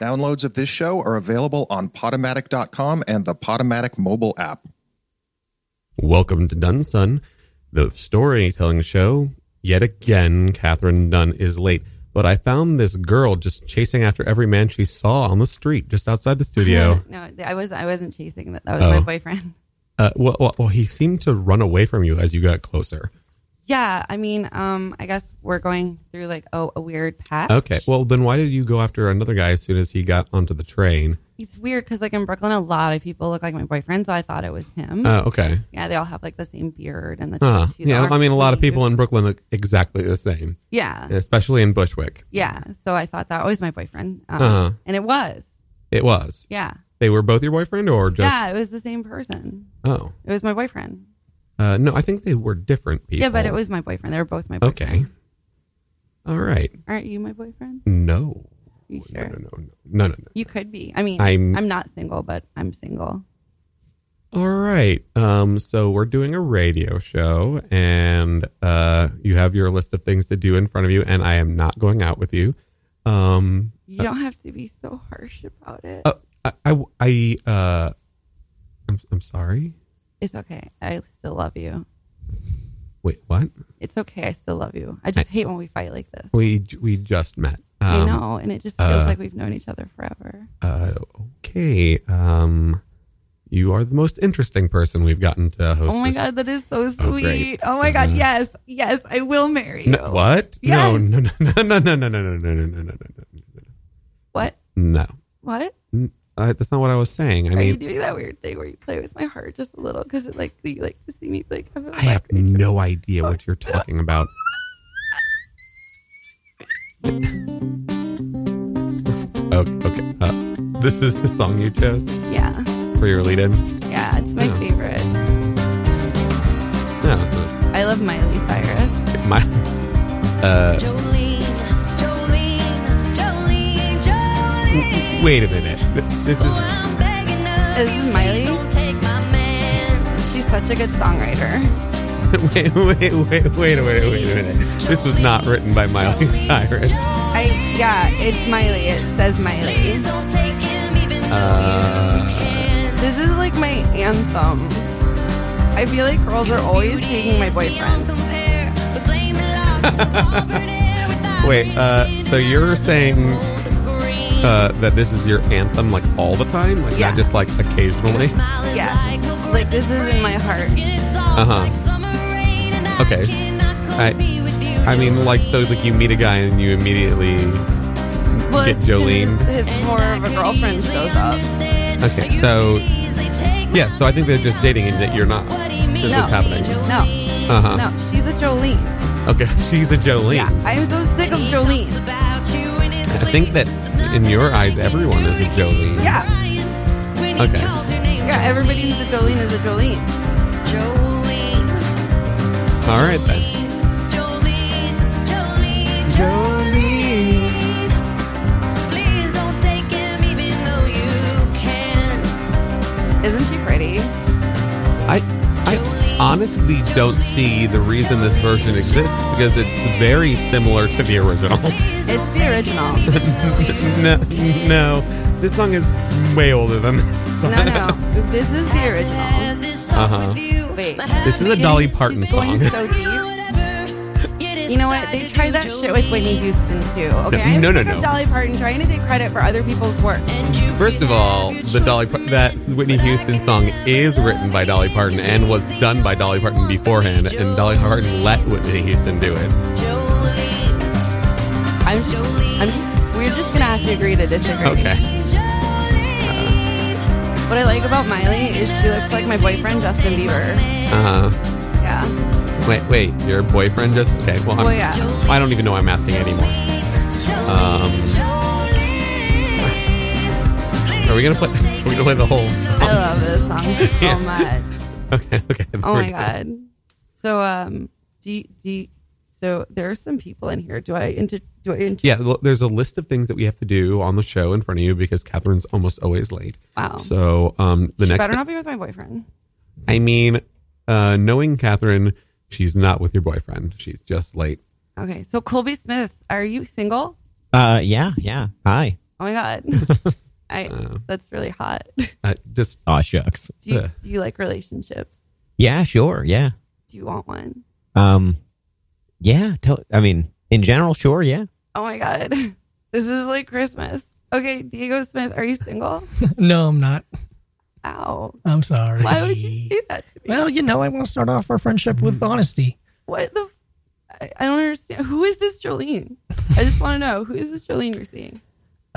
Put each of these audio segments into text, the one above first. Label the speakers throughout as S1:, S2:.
S1: Downloads of this show are available on Potomatic.com and the Potomatic mobile app.
S2: Welcome to Dunn Son, the storytelling show. Yet again, Catherine Dunn is late, but I found this girl just chasing after every man she saw on the street just outside the studio.
S3: no, I was I wasn't chasing that. That was
S2: Oh.
S3: my boyfriend.
S2: Uh, well, well, well, he seemed to run away from you as you got closer.
S3: Yeah, I mean, um, I guess we're going through like oh a weird patch.
S2: Okay, well, then why did you go after another guy as soon as he got onto the train?
S3: it's weird because like in Brooklyn, a lot of people look like my boyfriend, so I thought it was him.
S2: Uh, okay.
S3: yeah, they all have like the same beard and the
S2: Huh.
S3: tattoos.
S2: Yeah, I mean, a lot of people in Brooklyn look exactly the same,
S3: Yeah,
S2: especially in Bushwick.
S3: yeah. So I thought that was my boyfriend, um,
S2: Uh-huh.
S3: and it was.
S2: It was.
S3: Yeah,
S2: They were both your boyfriend or just.
S3: yeah. It was the same person.
S2: Oh.
S3: It was my boyfriend.
S2: Uh, no, I think they were different people.
S3: Yeah, but it was my boyfriend. They were both my boyfriend.
S2: Okay. All right.
S3: Aren't you my boyfriend?
S2: No.
S3: You
S2: No,
S3: sure?
S2: no, no, no, no, no,
S3: You could be. I mean,
S2: I'm-
S3: I'm, not single, but I'm single.
S2: no. All right. Um, so we're doing a radio show, and uh, you have your list of things to do in front of you, and I am not going out with you. Um,
S3: You don't have to be so harsh about it.
S2: uh, I, I, I uh, I'm, I'm sorry.
S3: It's okay. I still love you.
S2: Wait, what?
S3: It's okay. I still love you. I just hate when we fight like this.
S2: We j- we just met.
S3: I
S2: Um,
S3: know, and it just feels
S2: uh,
S3: like we've known each other forever.
S2: Uh, okay. Um, you are the most interesting person we've gotten to host.
S3: Oh my
S2: this-
S3: god, that is so sweet.
S2: Oh,
S3: Oh,
S2: great.
S3: my god,
S2: Uh,
S3: yes, yes, I will marry you.
S2: No, what? No,
S3: Yes.
S2: no, no, no, no, no, no, no, no, no, no, no, no, no,
S3: What?
S2: no.
S3: What?
S2: N- I, that's not what I was saying. I
S3: Are you
S2: mean,
S3: doing that weird thing where you play with my heart just a little because it like you like to see me like have a
S2: I have
S3: vibration?
S2: no idea what you're talking about. Oh, okay. Uh, this is the song you chose
S3: Yeah,
S2: for your lead in?
S3: yeah, it's my
S2: Yeah.
S3: favorite.
S2: No. it's not.
S3: I love Miley Cyrus.
S2: My, uh,
S4: Jolene, Jolene, Jolene, Jolene.
S2: wait a minute. This
S4: Oh,
S2: is.
S4: I'm begging of
S3: This
S4: you,
S3: is Miley.
S4: please don't take my man.
S3: She's such a good songwriter.
S2: Wait, wait, wait, wait, wait, wait a minute. This was not written by Miley
S4: Jolene,
S2: Cyrus.
S4: Jolene,
S3: I yeah, it's Miley. It says Miley.
S4: Please don't take him, even though
S2: Uh,
S4: you can.
S3: This is like my anthem. I feel like girls are always
S4: Beauty
S3: taking my
S4: is beyond
S3: boyfriend.
S4: compare. The flaming locks of auburn hair with
S2: Wait,
S4: ivory
S2: uh,
S4: skin
S2: so
S4: and
S2: you're saying
S4: golden green.
S2: Uh, that this is your anthem, like all the time, like
S3: Yeah.
S2: not just like occasionally.
S4: Smile is
S3: Yeah.
S4: like milk
S3: Like, this is in my heart.
S4: Skin is soft
S2: Uh-huh.
S4: like summer rain, and I
S2: Okay.
S4: cannot
S2: I-
S4: compete with you,
S2: I mean, like, so
S4: Jolene.
S2: like you meet a guy and you immediately.
S3: Well,
S2: Get
S3: it's
S2: Jolene.
S3: just His more of a girlfriend shows up.
S2: Okay, so- Yeah, so I think they're just dating and that you're not. This
S3: No.
S2: is happening.
S3: No,
S2: Uh huh.
S3: no, she's a Jolene.
S2: Okay, she's a Jolene.
S3: Yeah, I am so sick of Jolene.
S2: I think that in your eyes, everyone is a Jolene.
S3: Yeah.
S2: Okay.
S3: Yeah, everybody who's a Jolene is a Jolene.
S4: Jolene,
S2: All right then.
S4: Jolene, Jolene, Jolene. Please don't take him, even though you can.
S3: Isn't she pretty?
S2: I I honestly don't see the reason this version exists because it's very similar to the original.
S4: Please
S3: It's
S4: don't
S3: the
S4: take
S3: original.
S4: him, even though you
S2: no, no, this song is way older than this.
S3: No,
S2: Song.
S3: no, this is the original.
S2: Uh-huh.
S4: Uh-huh.
S3: Wait.
S2: This is a Dolly Parton song.
S3: Going so deep. You know what? They tried that shit with Whitney Houston too. Okay, I'm
S2: no, no,
S3: sick of
S2: no.
S3: Dolly Parton trying to take credit for other people's work.
S2: First of all, the Dolly Par- that Whitney Houston song is written by Dolly Parton and was done by Dolly Parton beforehand, and Dolly Parton let uh, Whitney Houston do it.
S4: Jolene,
S3: I'm just, I'm just, we're just gonna have to agree to disagree.
S2: Okay.
S4: Jolene.
S3: What I like about Miley is she looks like my boyfriend Justin Bieber.
S2: Uh huh.
S3: Yeah.
S2: Wait, wait. Your boyfriend just okay. Well, I'm,
S3: Well, Oh, yeah.
S2: I don't even know why I'm asking anymore. Um, are we gonna play? Are we gonna play the whole?
S3: I love this song so much.
S2: Okay, okay.
S3: Oh
S2: we're
S3: my
S2: done.
S3: god. So um, do you, do you, so there are some people in here. Do I inter, do I inter,
S2: Yeah, well, there's a list of things that we have to do on the show in front of you because Catherine's almost always late.
S3: Wow.
S2: So um, the next,
S3: Oh. better not be with my boyfriend.
S2: I mean, uh, knowing Catherine, she's not with your boyfriend. She's just late.
S3: Okay, so Colby Smith, are you single?
S5: Uh, yeah, yeah. Hi.
S3: Oh my god, I
S2: Um,
S3: that's really hot.
S2: I just
S5: Aw, shucks.
S3: do you,
S2: Yeah.
S3: do you like relationships?
S5: Yeah, sure. Yeah.
S3: Do you want one?
S5: Um, yeah. To- I mean, in general, sure. Yeah.
S3: Oh my god, this is like Christmas. Okay, Diego Smith, are you single?
S6: No, I'm not.
S3: Ow!
S6: I'm sorry.
S3: Why would you say Mm-hmm. that to me?
S6: Well, you know, I want to start off our friendship with honesty.
S3: what the? I, I don't understand. Who is this Jolene? I just want to know who is this Jolene you're seeing?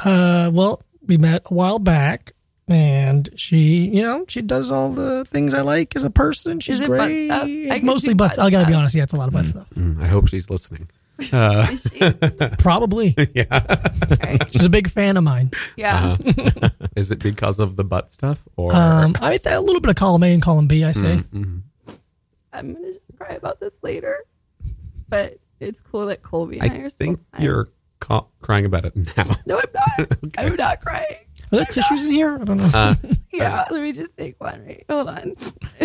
S6: Uh, well, we met a while back, and she, you know, she does all the things I like as a person. She's
S3: Is it butt
S6: great.
S3: stuff? I can
S6: Mostly
S3: do
S6: butts.
S3: butt
S6: I gotta be
S3: stuff.
S6: honest. Yeah, it's a lot of butt stuff.
S2: mm, I hope she's listening. Uh,
S3: Is she?
S6: Probably.
S3: Right.
S6: She's a big fan of mine.
S3: Yeah.
S2: Uh, is it because of the butt stuff or?
S6: Um, I a little bit of column A and column B. I say.
S2: Mm,
S3: I'm gonna just cry about this later. But it's cool that Colby and I,
S2: I
S3: are
S2: think
S3: still fine.
S2: you're ca- crying about it now.
S3: No, I'm not. I'm not crying.
S6: Are there tissues in here? I don't
S3: Uh,
S6: know.
S2: Uh-huh.
S3: Yeah, let me just take one. Right, hold on.
S2: Uh,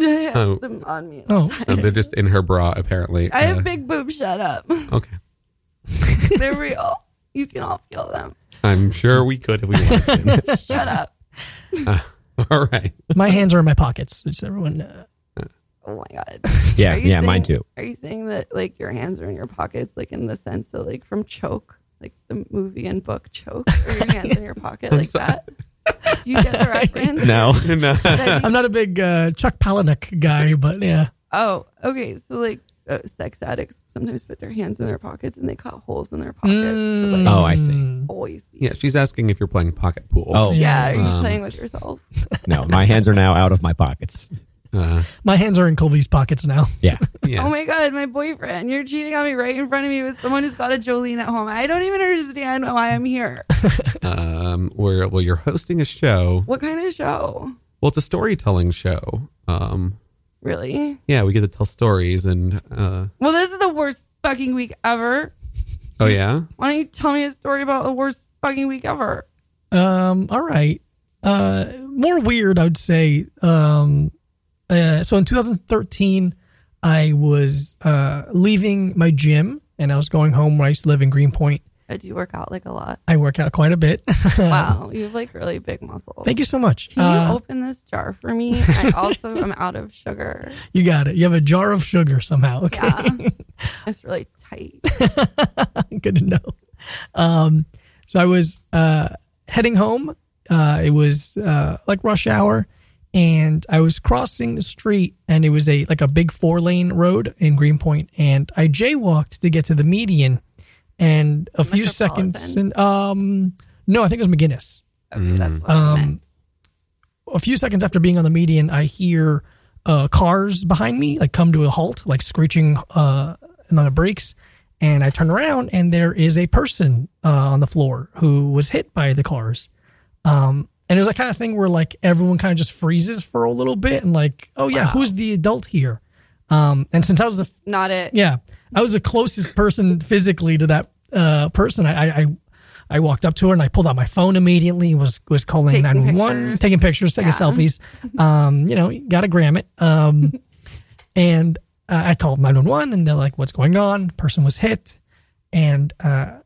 S3: I have
S2: Oh.
S3: them on me.
S6: Oh.
S3: Oh.
S2: uh, they're just in her bra, apparently.
S3: I
S2: Uh,
S3: have big boobs. Shut up.
S2: Okay.
S3: They're real. You can all feel them.
S2: I'm sure we could if we wanted to.
S3: Shut up.
S2: All right.
S6: my hands are in my pockets. Just everyone. Uh,
S3: Oh my god.
S5: Yeah.
S3: Are you
S5: Yeah. Mine
S3: saying-
S5: too.
S3: Are you saying that like your hands are in your pockets, like in the sense that like from Choke, like the movie and book Choke, or your hands in your pocket like that? Do you get the reference?
S5: No.
S2: No.
S3: That you-
S6: I'm not a big uh, Chuck Palahniuk guy, but yeah.
S3: Oh, okay. So like uh, sex addicts sometimes put their hands in their pockets and they cut holes in their pockets. So like
S5: Oh, I see.
S6: Mm.
S3: always. be-
S2: Yeah, she's asking if you're playing pocket pool.
S5: Oh,
S3: Yeah, are you
S2: Um,
S3: playing with yourself?
S5: no. My hands are now out of my pockets.
S2: Uh,
S6: My hands are in Colby's pockets now.
S5: Yeah.
S2: yeah.
S3: Oh my god, my boyfriend, you're cheating on me right in front of me with someone who's got a Jolene at home. I don't even understand why I'm here.
S2: um, where well, you're hosting a show.
S3: What kind of show?
S2: Well, it's a storytelling show. Um,
S3: Really?
S2: yeah, we get to tell stories and uh,
S3: Well, this is the worst fucking week ever.
S2: oh yeah,
S3: Why don't you tell me a story about the worst fucking week ever?
S6: Um, all right. Uh, more weird, I would say. Um, uh, so in 2013, I was uh, leaving my gym and I was going home where I used to live in Greenpoint.
S3: I do work out like a lot.
S6: I work out quite a bit.
S3: Wow, you have like really big muscles.
S6: Thank you so much.
S3: Can
S6: Uh,
S3: you open this jar for me? I also am out of sugar.
S6: you got it. You have a jar of sugar somehow. Okay.
S3: Yeah. it's really tight.
S6: good to know. Um, so I was uh, heading home. Uh, it was uh, like rush hour, and I was crossing the street, and it was a like a big four lane road in Greenpoint, and I jaywalked to get to the median, and a few seconds, and um, no, I think it was McGinnis.
S3: Okay, that's what I
S6: Um,
S3: meant.
S6: a few seconds after being on the median, I hear uh, cars behind me like come to a halt, like screeching uh, on the brakes. And I turn around, and there is a person uh, on the floor who was hit by the cars. Um, and it was that kind of thing where like everyone kind of just freezes for a little bit, and like, oh yeah, who's the adult here? Um, and since I was the
S3: Not it.
S6: yeah, I was the closest person physically to that uh, person. I, I- I I walked up to her and I pulled out my phone immediately. Was was calling
S3: Taking
S6: nine one,
S3: pictures.
S6: taking pictures, taking
S3: Yeah.
S6: selfies. Um, you know, got to gram it. Um, and uh, I called nine one one, and they're like, "What's going on? Person was hit." And uh,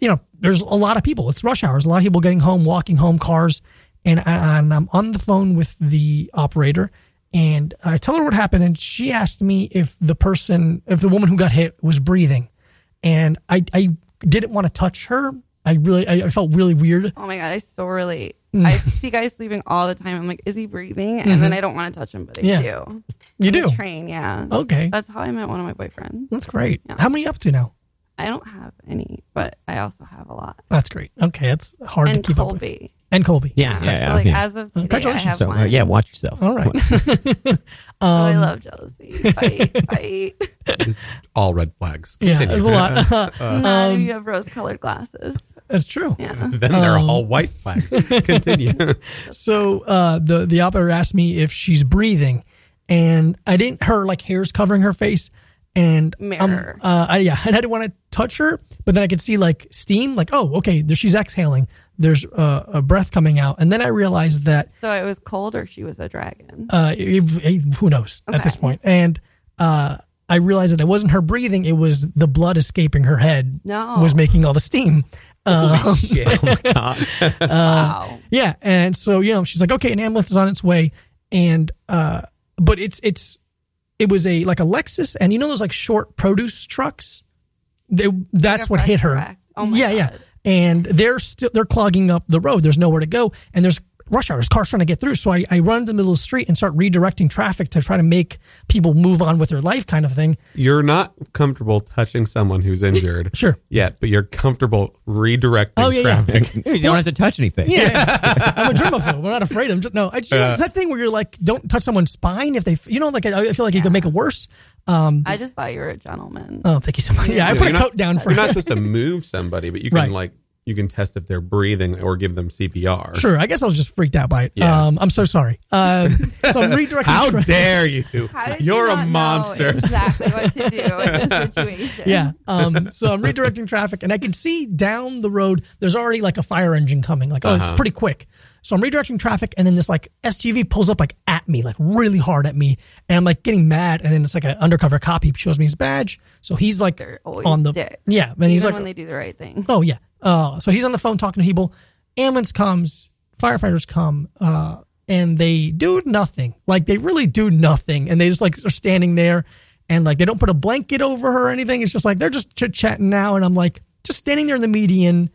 S6: you know, there's a lot of people. It's rush hours. A lot of people getting home, walking home, cars. And, I, and I'm on the phone with the operator, and I tell her what happened, and she asked me if the person, if the woman who got hit, was breathing, and I, I didn't want to touch her. I really, I, I felt really weird.
S3: Oh my god, I so relate.
S6: Mm.
S3: I see guys sleeping all the time. I'm like, is he breathing? And then I don't want to touch him, but I
S6: Mm-hmm. Yeah.
S3: do.
S6: You
S3: On the
S6: do
S3: train, yeah.
S6: okay.
S3: That's how I met one of my boyfriends.
S6: That's great. How many up to now?
S3: I don't have any, but I also have a lot.
S6: That's great. Okay, that's hard to
S3: and
S6: keep up with.
S3: Colby.
S6: And Colby.
S5: Yeah. Yeah.
S3: Uh-huh. so
S5: Yeah.
S3: like
S5: yeah.
S3: as of today, I
S6: Congratulations.
S3: have
S5: So,
S3: one.
S5: uh, yeah. Watch yourself.
S6: All right.
S3: So I
S6: Um,
S3: love jealousy. Fight, fight.
S2: it's all red flags.
S6: yeah,
S2: Continue.
S6: there's a lot.
S3: None
S6: Um,
S3: of you have rose-colored glasses.
S6: that's true.
S3: Yeah.
S2: then they're
S6: Um.
S2: all white flags. Continue.
S6: So uh, the the operator asked me if she's breathing, and I didn't. Her like hair's covering her face, and um,
S3: Mirror.
S6: uh, I, yeah, and I didn't want to touch her, but then I could see like steam. Like, oh, okay, there, she's exhaling. There's uh, a breath coming out, and then I realized that
S3: So it was cold, or she was a dragon.
S6: uh, it- it- who knows at this
S3: Okay.
S6: point, and uh, I realized that it wasn't her breathing; it was the blood escaping her head
S3: No.
S6: was making all the steam. Um, Uh,
S3: wow.
S6: yeah, and so you know she's like, okay, an ambulance is on its way, and uh, but it's it's it was a like a Lexus, and you know those like short produce trucks, they, that's
S3: Like a
S6: what
S3: fresh
S6: hit her.
S3: wreck. Oh my
S6: yeah, yeah,
S3: God.
S6: and they're still they're clogging up the road. There's nowhere to go, and there's rush hours, cars trying to get through. So I, I run to the middle of the street and start redirecting traffic to try to make people move on with their life, kind of thing.
S2: You're not comfortable touching someone who's injured.
S6: Sure.
S2: Yet, but you're comfortable redirecting
S6: Oh, yeah, yeah.
S2: traffic.
S5: you don't have to touch anything.
S6: Yeah, yeah. I'm a germaphobe. I'm not afraid. I'm just no. I just, it's that thing where you're like, don't touch someone's spine if they, you know, like I, I feel like you could make it worse. Um,
S3: I just thought you were a gentleman.
S6: oh, thank you so much. Yeah,
S2: Yeah,
S6: I put a
S2: you're not-
S6: coat down for
S2: You're not supposed to move somebody, but you can
S6: Right.
S2: like you can test if they're breathing or give them CPR.
S6: sure. I guess I was just freaked out by it.
S2: Yeah.
S6: Um, I'm so sorry. Uh, so I'm redirecting.
S2: How
S6: tra-
S2: dare you?
S3: How did you
S2: You're a
S3: not know
S2: monster.
S3: exactly what to do in this situation.
S6: Yeah. Um, so I'm redirecting traffic, and I can see down the road there's already like a fire engine coming. Like, oh,
S2: Uh-huh.
S6: it's pretty quick. So I'm redirecting traffic, and then this like SUV pulls up like at me, like really hard at me, and I'm like getting mad. And then it's like an undercover cop. He shows me his badge, so he's like
S3: They're always
S6: on the
S3: dicks.
S6: yeah, and
S3: Oh, Even
S6: he's like,
S3: when they do the right thing.
S6: oh yeah. Uh, so he's on the phone talking to people. Ambulance comes, firefighters come, uh, and they do nothing. Like they really do nothing, and they just like are standing there, and like they don't put a blanket over her or anything. It's just like they're just chit chatting now, and I'm like just standing there in the median,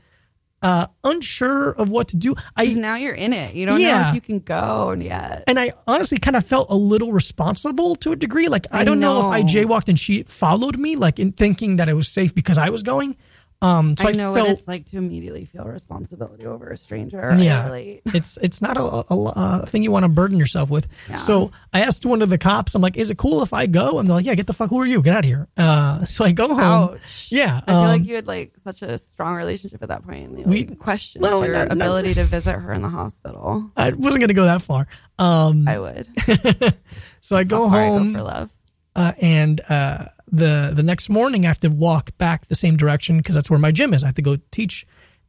S6: uh, unsure of what to do. I
S3: 'Cause now you're in it. You don't know
S6: Yeah.
S3: if you can go yet.
S6: and I honestly kind of felt a little responsible to a degree. Like I,
S3: I
S6: don't know. if I
S3: know.
S6: jaywalked and she followed me, like in thinking that it was safe because I was going. Um, so I,
S3: I know
S6: felt
S3: what it's like to immediately feel responsibility over a stranger.
S6: Yeah.
S3: I relate.
S6: it's it's not a, a, a thing you want to burden yourself with. So I asked one of the cops. I'm like, "Is it cool if I go?" And they're like, "Yeah, get the fuck. Who are you? Get out of here." Uh, so I go home.
S3: Ouch.
S6: Yeah,
S3: I feel
S6: um,
S3: like you had like such a strong relationship at that point. And you,
S6: We-
S3: like, questioned
S6: well,
S3: your
S6: no, no.
S3: ability to visit her in the hospital.
S6: I wasn't gonna go that far. Um,
S3: I would.
S6: so I go
S3: Or I go
S6: home,
S3: for love.
S6: uh, and uh, the the next morning I have to walk back the same direction because that's where my gym is. I have to go teach,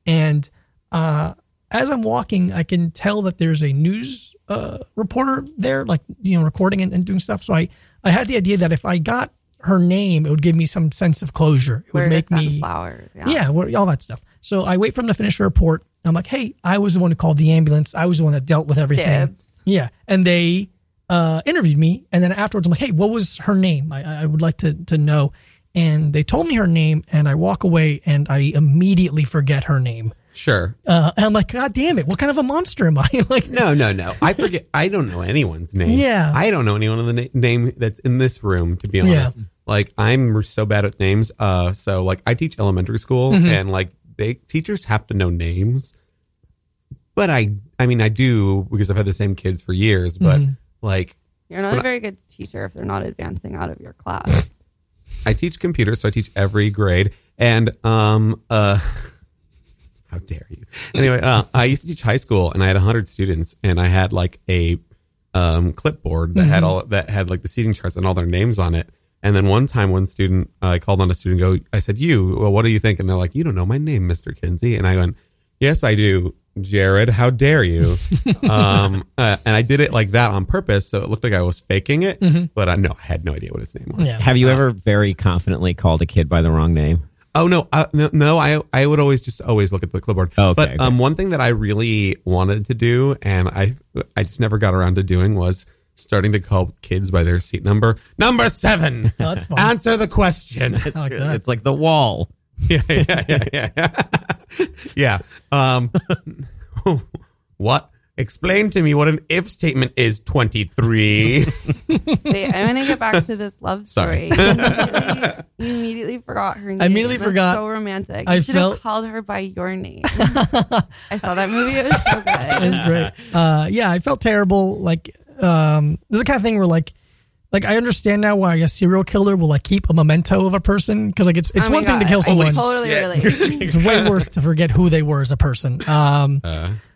S6: and uh, as I'm walking, I can tell that there's a news uh, reporter there, like you know, recording and, and doing stuff. So I I had the idea that if I got her name, it would give me some sense of closure. It
S3: Where
S6: would
S3: to
S6: make
S3: send
S6: me
S3: flowers. Yeah.
S6: yeah, where- all that stuff. So I wait for him to finish the report. I'm like, hey, I was the one who called the ambulance. I was the one that dealt with everything.
S3: Dibs.
S6: Yeah, and they uh, interviewed me, and then afterwards, I'm like, hey, what was her name? I, I would like to to know. And they told me her name, and I walk away, and I immediately forget her name.
S2: Sure.
S6: Uh, and I'm like, God damn it! What kind of a monster am I? like,
S2: No, no, no. I forget. I don't know anyone's name.
S6: Yeah.
S2: I don't know anyone of the na- name that's in this room, to be honest. Like, I'm so bad at names. Uh, so, like, I teach elementary school and, like, they teachers have to know names. But I, I mean, I do because I've had the same kids for years, but, like,
S3: You're not a very good teacher if they're not advancing out of your class.
S2: I teach computer, so I teach every grade. And um uh how dare you? Anyway, uh, I used to teach high school, and I had hundred students, and I had like a um, clipboard that had all that had like the seating charts and all their names on it. And then one time, one student, uh, I called on a student, and go, I said, "You, well, what do you think?" And they're like, "You don't know my name, Mister Kinsey." And I went, "Yes, I do." Jared, how dare you? um, uh, and I did it like that on purpose, so it looked like I was faking it, but I no, I had no idea what his name was.
S6: yeah,
S5: Have you ever very confidently called a kid by the wrong name?
S2: Oh no, uh, no, no! I I would always just always look at the clipboard.
S5: Oh, okay,
S2: but
S5: okay.
S2: um, one thing that I really wanted to do, and I I just never got around to doing, was starting to call kids by their seat number. Number seven.
S6: Oh, that's fun.
S2: Answer the question.
S6: I like that.
S5: It's like the wall.
S2: yeah, yeah, yeah, yeah. yeah. Um, what? Explain to me what an if statement is. Twenty three.
S3: Wait, I'm gonna get back to this love
S2: Sorry.
S3: story. You immediately, you immediately forgot her name.
S6: immediately
S3: That's
S6: forgot.
S3: So romantic.
S6: I
S3: you should
S6: felt-
S3: have called her by your name. I saw that movie. It was so
S6: It was
S3: good.
S6: great. Uh, yeah, I felt terrible. Like, um, this is the kind of thing where like, like I understand now why a serial killer will like keep a memento of a person because like it's it's
S3: Oh
S6: one
S3: my
S6: thing to
S3: God,
S6: kill
S3: I
S6: someone.
S3: Totally
S2: shit.
S3: relate.
S6: It's way worse to forget who they were as a person. Um,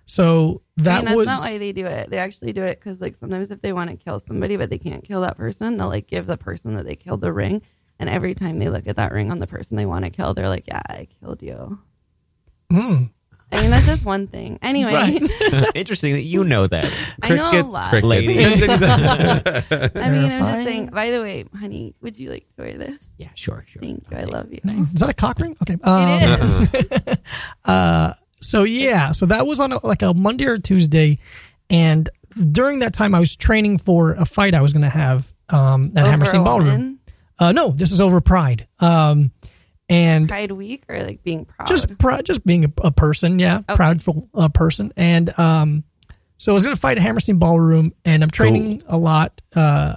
S6: so
S3: I
S6: that
S3: mean, that's
S6: was
S3: not why they do it. They actually do it because, like, sometimes if they want to kill somebody but they can't kill that person, they'll like give the person that they killed the ring. And every time they look at that ring on the person they want to kill, they're like, "Yeah, I killed you."
S6: Hmm.
S3: I mean, that's just one thing. Anyway,
S5: Interesting that you know that.
S3: I know a lot.
S5: Lady.
S3: I mean, I'm just
S6: Terrifying.
S3: saying. By the way, honey, would you like to wear this?
S5: Yeah, sure, sure.
S3: Thank you. I love you.
S2: Uh-huh.
S6: is that a cock ring? Okay. Um,
S3: It is.
S6: Uh, so yeah, so that was on a, like a Monday or Tuesday, and during that time, I was training for a fight I was going to have um, at
S3: Over
S6: Hammerstein
S3: a
S6: Ballroom.
S3: woman?
S6: Uh, no, this is over Pride, um, and
S3: Pride Week or like being proud?
S6: just proud, just being a, a person, yeah, proudful uh, person, and um, so I was gonna fight at Hammerstein Ballroom, and I'm training a lot, uh,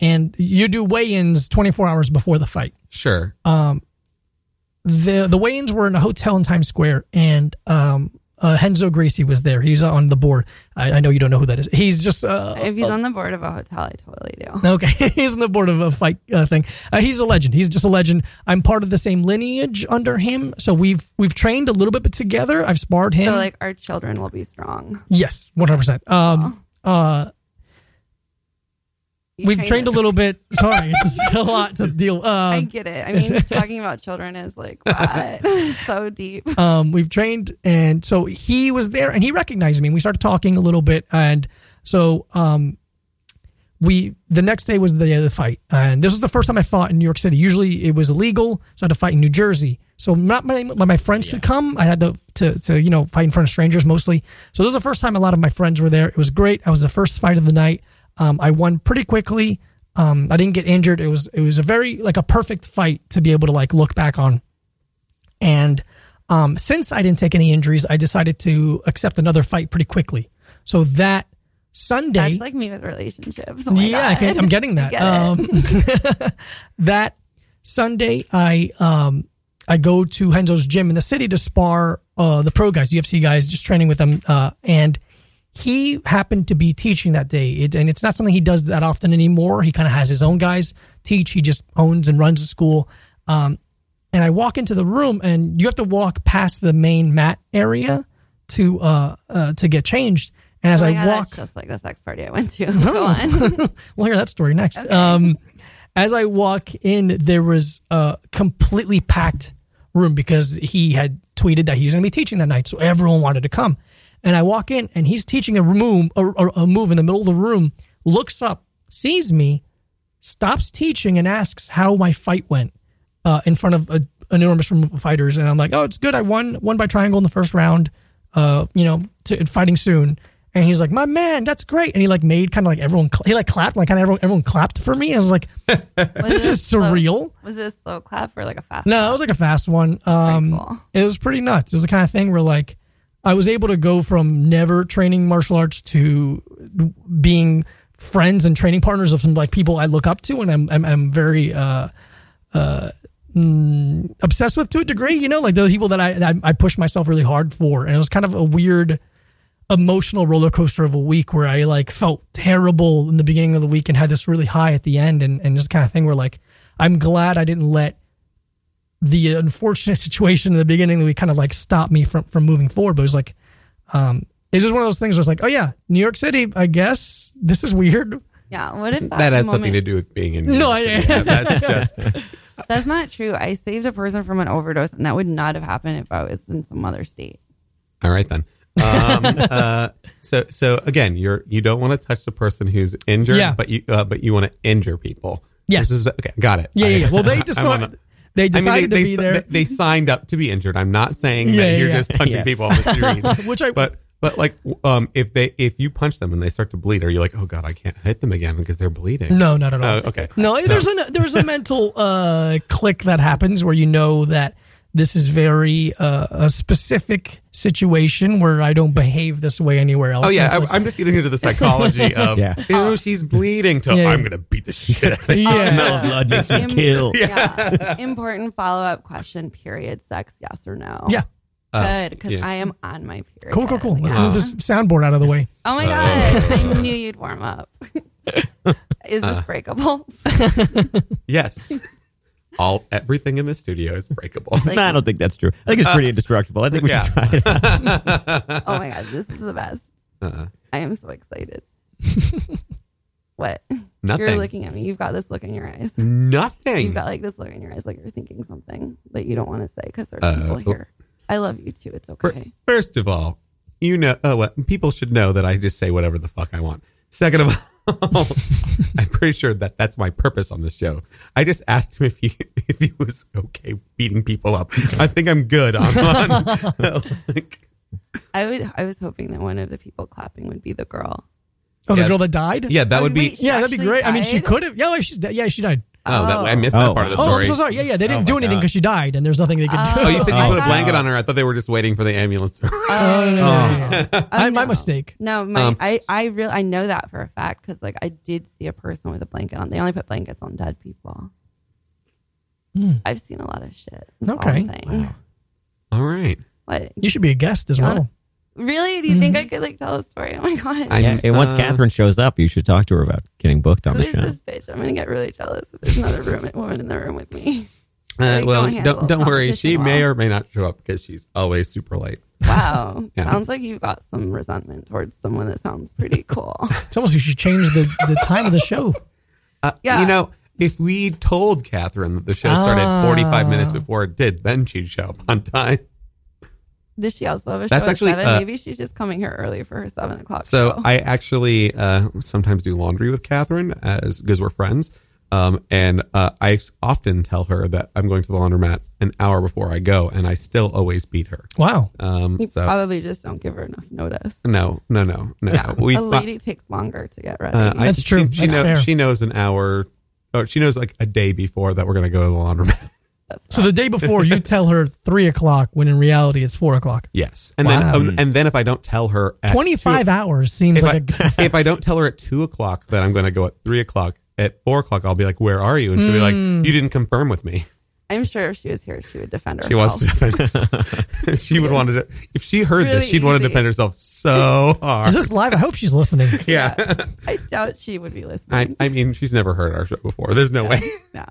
S6: and you do weigh-ins 24 hours before the fight.
S2: Sure.
S6: Uh, the The weigh-ins were in a hotel in Times Square, and um, uh, Henzo Gracie was there. He's on the board. I, I know you don't know who that is. He's just uh,
S3: if he's on the board of a hotel, I totally do.
S6: Okay, he's on the board of a fight uh, thing. Uh, he's a legend. He's just a legend. I'm part of the same lineage under him, so we've we've trained a little bit together. I've sparred him.
S3: So like our children will be strong.
S6: yes, 100. percent Um, uh,
S3: You
S6: we've
S3: train
S6: trained a
S3: them.
S6: little bit. Sorry, it's a lot to deal.
S3: I
S6: Um,
S3: get it. I mean, talking about children is like what? so deep.
S6: um, we've trained, and so he was there, and he recognized me. And we started talking a little bit, and so um, we the next day was the day of the fight, and this was the first time I fought in New York City. Usually, it was illegal, so I had to fight in New Jersey. So not many of my friends could come. I had to, to to you know fight in front of strangers mostly. So this was the first time a lot of my friends were there. It was great. I was the first fight of the night. Um, I won pretty quickly. Um, I didn't get injured. It was it was a very like a perfect fight to be able to like look back on. And um, since I didn't take any injuries, I decided to accept another fight pretty quickly. So that Sunday,
S3: That's like me with relationships. Oh my
S6: yeah, I
S3: God.
S6: can, I'm getting that.
S3: Get it.
S6: um, that Sunday, I um, I go to Henzo's gym in the city to spar uh, the pro guys, UFC guys, just training with them. Uh, and he happened to be teaching that day, it, and it's not something he does that often anymore. He kind of has his own guys teach. He just owns and runs the school. Um, and I walk into the room, and you have to walk past the main mat area to uh, uh, to get changed. And as
S3: Oh my
S6: I
S3: God,
S6: walk,
S3: that's just like the sex party I went to. Go on.
S6: we'll hear that story next. Um, as I walk in, there was a completely packed room because he had tweeted that he was going to be teaching that night, so everyone wanted to come. And I walk in, and he's teaching a room, a, a, a move in the middle of the room. Looks up, sees me, stops teaching, and asks how my fight went uh, in front of a, an enormous room of fighters. And I'm like, oh, it's good. I won, won by triangle in the first round. Uh, you know, to fighting soon. And he's like, my man, that's great. And he like made kind of like everyone, cl- he like clapped, like kind of everyone, everyone clapped for me. I was like,
S3: Was
S6: This Oh.
S3: it a
S6: is
S3: slow-
S6: surreal.
S3: was it a slow clap or like a fast?
S6: no, it was like a fast one. Um,
S3: cool.
S6: it was pretty nuts. It was the kind of thing where like I was able to go from never training martial arts to being friends and training partners of some like people I look up to, and I'm I'm, I'm very uh, uh, mm, obsessed with to a degree. You know, like the people that I that I push myself really hard for, and it was kind of a weird emotional roller coaster of a week where I like felt terrible in the beginning of the week and had this really high at the end and, and this kind of thing where like I'm glad I didn't let the unfortunate situation in the beginning that we kind of like stopped me from from moving forward. But it was like, um, it's just one of those things where it's like, oh yeah, New York City, I guess this is weird.
S3: Yeah. What if that,
S2: that has
S3: moment,
S2: nothing to do with being in. New
S6: No,
S2: York
S6: I-
S2: City. that's just
S3: That's not true. I saved a person from an overdose, and that would not have happened if I was in some other state.
S2: all right then. Um, uh, so so again, you're you don't want to touch the person who's injured,
S6: Yeah.
S2: but you uh, but you want to injure people.
S6: Yes.
S2: This is okay. Got it.
S6: Yeah, yeah. yeah. Well, they
S2: I'm on
S6: decided
S2: the-
S6: they
S2: I mean,
S6: decided
S2: they, they,
S6: to be there.
S2: they signed up to be injured. I'm not saying
S6: Yeah, yeah,
S2: that you're
S6: yeah.
S2: just punching
S5: Yeah.
S2: people on the street,
S6: Which I-
S2: but but like w- um, if they if you punch them and they start to bleed, are you like, oh god, I can't hit them again because they're bleeding?
S6: No, not at all.
S2: Oh, okay.
S6: No,
S2: So-
S6: there's a there's a mental uh, click that happens where you know that this is very uh, a specific situation where I don't behave this way anywhere else.
S2: Oh yeah,
S6: It's like-
S2: I, I'm just getting into the psychology of
S5: Yeah.
S2: oh she's bleeding, so
S6: Yeah, yeah.
S2: I'm gonna beat the shit out of her.
S6: yeah.
S5: Smell of Oh, blood makes me
S3: Im-
S5: kill.
S3: Yeah. Important follow up question. Period. Sex. Yes or no?
S6: Yeah.
S3: Good, because
S2: Uh, yeah.
S3: I am on my period.
S6: Cool, cool, cool. Let's
S3: Yeah.
S6: move this soundboard out of the way.
S3: Oh my god! I knew you'd warm up. Is this breakable?
S2: Yes, all everything in the studio is breakable.
S3: Like- uh,
S5: Nah, I don't think that's true. I think it's pretty indestructible. I think we
S2: yeah.
S5: should try it. out.
S3: oh my god! This is the best. I am so excited. what? You're
S2: Nothing.
S3: looking at me. You've got this look in your eyes.
S2: Nothing.
S3: You've got like this look in your eyes, like you're thinking something that you don't want to say because there's people here. I love you too. It's
S2: Fir-
S3: okay.
S2: First of all, you know, oh, well, people should know that I just say whatever the fuck I want. Second of all, I'm pretty sure that that's my purpose on this show. I just asked him if he if he was okay beating people up. I think I'm good on. on like,
S3: I would. I was hoping that one of the people clapping would be the girl.
S6: Oh,
S2: Yeah.
S6: the girl that died.
S2: yeah, that
S3: Oh,
S2: would be.
S3: wait, she
S6: yeah, that'd be
S3: actually
S6: great. I mean, she
S3: died?
S6: could have. Yeah, like, she's dead. yeah, she died.
S2: Oh, that, I
S3: Oh.
S2: missed that
S5: Oh,
S2: part of the
S5: wow.
S6: Oh,
S2: story.
S6: I'm so sorry. Yeah, yeah, they didn't
S1: Oh
S6: do
S1: my
S6: anything
S1: God.
S6: because she died, and there's nothing they could do.
S2: Oh, you said you
S3: Oh.
S2: put a
S3: I
S2: blanket
S3: thought-
S2: on her. I thought they were just waiting for the ambulance. to arrive.
S6: Oh, no, no, no, no, no. I, my
S3: no.
S6: mistake.
S3: No, my
S2: Um,
S3: I I real I know that for a fact because like I did see a person with a blanket on. They only put blankets on dead people.
S6: Hmm.
S3: I've seen a lot of shit. That's all
S6: Okay.
S3: I'm saying.
S2: All right.
S3: What?
S6: You should be a guest as
S3: Yeah.
S6: well.
S3: Really? Do you think
S6: Mm-hmm.
S3: I could like tell a story? Oh my god.
S2: I-
S5: yeah, and once
S2: uh,
S5: Catherine shows up, you should talk to her about getting booked on
S3: Who
S5: the
S3: is
S5: show.
S3: this bitch? I'm gonna get really jealous if there's another room, woman in the room with me.
S2: Uh,
S3: Like,
S2: well,
S3: don't handle
S2: don't, don't worry.
S3: competition
S2: She may
S3: well.
S2: or may not show up because she's always super late.
S3: Wow.
S2: Yeah.
S3: Sounds like you've got some resentment towards someone that sounds pretty cool.
S6: It's almost like you should change the, the time of the show.
S2: Uh,
S3: Yeah. Oh.
S2: You know, if we told Catherine that the show started
S6: Ah.
S2: 45 minutes before it did, then she'd show up on time.
S3: Does she also have a
S2: That's
S3: show at
S2: actually,
S3: seven?
S2: uh,
S3: Maybe she's just coming here early for her seven o'clock.
S2: So
S3: show.
S2: I actually uh, sometimes do laundry with Catherine as because we're friends. Um, and uh, I s- often tell her that I'm going to the laundromat an hour before I go, and I still always beat her.
S6: Wow.
S2: Um,
S3: you
S2: so
S3: probably just don't give her enough notice.
S2: no, no, no, no. no. We
S3: a lady takes longer to get ready.
S2: Uh, I-
S6: That's true.
S2: She, she,
S6: That's fair.
S2: she knows an hour, or she knows like a day before that we're going to go to the laundromat.
S6: So the day before, you tell her three o'clock when in reality it's four o'clock.
S2: yes, and
S6: Wow.
S2: then um, and then if I don't tell her at
S6: Twenty five hours
S2: two, if,
S6: seems like a good
S2: I, if I don't tell her at two o'clock that I'm going to go at three o'clock, at four o'clock I'll be like, "Where are you?" And she'll be like,
S6: Hmm.
S2: "You didn't confirm with me."
S3: I'm sure if she was here, she would defend herself.
S2: She wants to defend herself. she would want to. If she heard
S3: Really
S2: this, she'd want to
S3: easy.
S2: defend herself so hard.
S6: Is this live? I hope she's listening.
S2: yeah,
S3: I doubt she would be listening.
S2: I, I mean, she's never heard our show before. There's no way.
S3: no.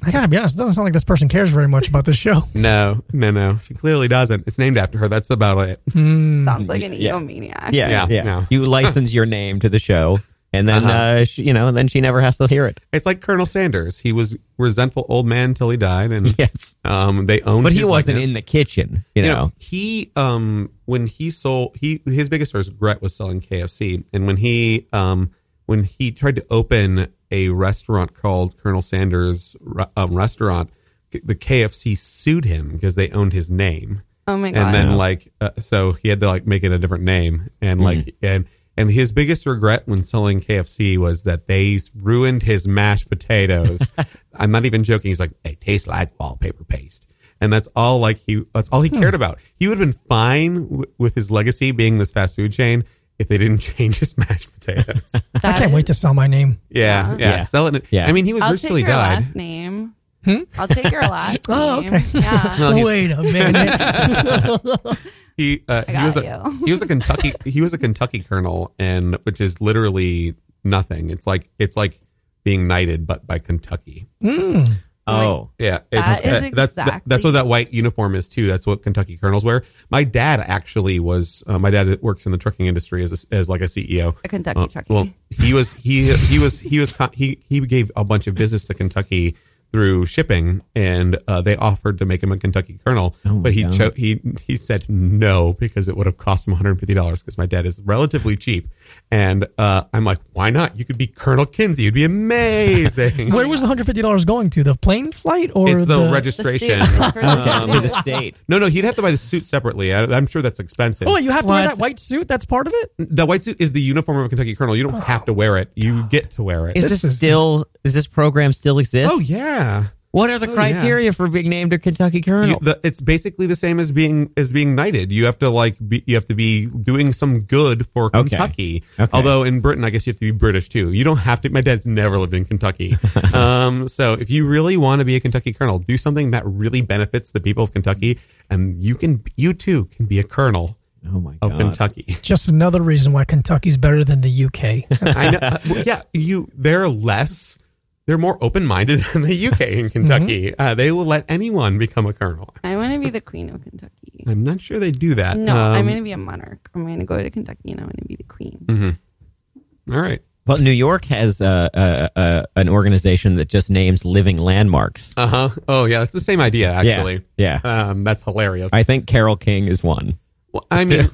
S6: I gotta be honest, it doesn't sound like this person cares very much about this show.
S2: No, no, no. She clearly doesn't. It's named after her. That's about it.
S6: Mm,
S3: Sounds like an
S5: Yeah.
S3: egomaniac.
S5: Yeah,
S2: Yeah,
S5: yeah.
S2: no.
S5: You license your name to the show, and then
S2: Uh-huh.
S5: uh, she, you know, then she never has to hear it.
S2: It's like Colonel Sanders. He was resentful old man till he died, and
S5: Yes,
S2: um, they owned.
S5: but he
S2: his
S5: wasn't
S2: likeness.
S5: in the kitchen. You know,
S2: You know, he um, when he sold he his biggest regret was selling KFC, and when he um, when he tried to open a restaurant called Colonel Sanders Re- um, Restaurant, the KFC sued him because they owned his name.
S3: Oh my god.
S2: and then like uh, so he had to like make it a different name and like and and his biggest regret when selling KFC was that they ruined his mashed potatoes. I'm not even joking. He's like, they taste like wallpaper paste. And that's all like he that's all he cared about. He would have been fine w- with his legacy being this fast food chain if they didn't change his mashed potatoes.
S6: I can't wait to sell my name.
S2: yeah, yeah,
S5: Yeah.
S2: Sell it.
S5: Yeah.
S2: I mean, he was
S3: I'll
S2: rich
S3: take
S2: till he
S3: your
S2: died.
S3: last name. I'll take your last
S6: Hmm? Oh,
S3: name.
S6: okay.
S3: Yeah.
S2: No, he's-
S6: Wait a minute.
S2: He uh, he
S3: got
S2: was a
S3: you.
S2: he was a Kentucky he was a Kentucky colonel, and which is literally nothing. It's like it's like being knighted, but by Kentucky.
S5: oh,
S2: Yeah, uh,
S3: That
S2: that's that,
S3: is
S2: that's what
S3: exactly-
S2: that white uniform is too. That's what Kentucky colonels wear. My dad actually was. Uh, my dad works in the trucking industry as a, as like a CEO.
S3: A Kentucky
S2: Uh,
S3: trucking.
S2: well, he was he he was he was con- he he gave a bunch of business to Kentucky through shipping, and uh, they offered to make him a Kentucky colonel,
S5: Oh my
S2: but he
S5: God.
S2: cho- he he said no because it would have cost him 150 dollars because my dad is relatively cheap, and uh, I'm like, why not? You could be Colonel Kinsey, you'd be amazing.
S6: Where was the hundred fifty dollars going to? The plane flight or
S2: it's the,
S3: The suit.
S2: registration.
S3: For the
S5: Um, to
S3: suit.
S5: the state.
S2: No, no, he'd have to buy the suit separately. I, I'm sure that's expensive.
S6: Oh, you have to wear
S5: What?
S6: that white suit? That's part of it?
S2: the white suit is the uniform of a Kentucky colonel. You don't have to wear it. You get to wear it.
S5: Is
S6: This
S5: this,
S6: is-
S5: still? Does this program still exist?
S2: Oh yeah.
S5: What are the
S2: oh, yeah.
S5: criteria for being named a Kentucky Colonel?
S2: You, the, it's basically the same as being as being knighted. You have to like be, you have to be doing some good for
S5: Okay.
S2: Kentucky.
S5: Okay.
S2: Although in Britain, I guess you have to be British too. You don't have to. My dad's never lived in Kentucky. um, so if you really want to be a Kentucky colonel, do something that really benefits the people of Kentucky, and you can you too can be a colonel
S5: oh my
S2: of
S5: god!
S2: Kentucky.
S6: Just another reason why Kentucky's better than the UK.
S2: I know. uh, well, yeah, you. They're less. They're more open-minded than the UK
S5: Mm-hmm.
S2: in Kentucky. Uh, they will let anyone become a colonel.
S3: I want to be the queen of Kentucky.
S2: I'm not sure they do that.
S3: No, I'm
S2: Um, Mm-hmm.
S3: going to be a monarch. I'm going to go to Kentucky and I'm going to be the queen.
S2: All right.
S5: Well, New York has uh, uh, uh, an organization that just names living landmarks.
S2: Uh huh. Oh yeah, it's the same idea actually.
S5: yeah.
S2: Um, that's hilarious.
S5: I think Carol King is one.
S2: Well, I mean,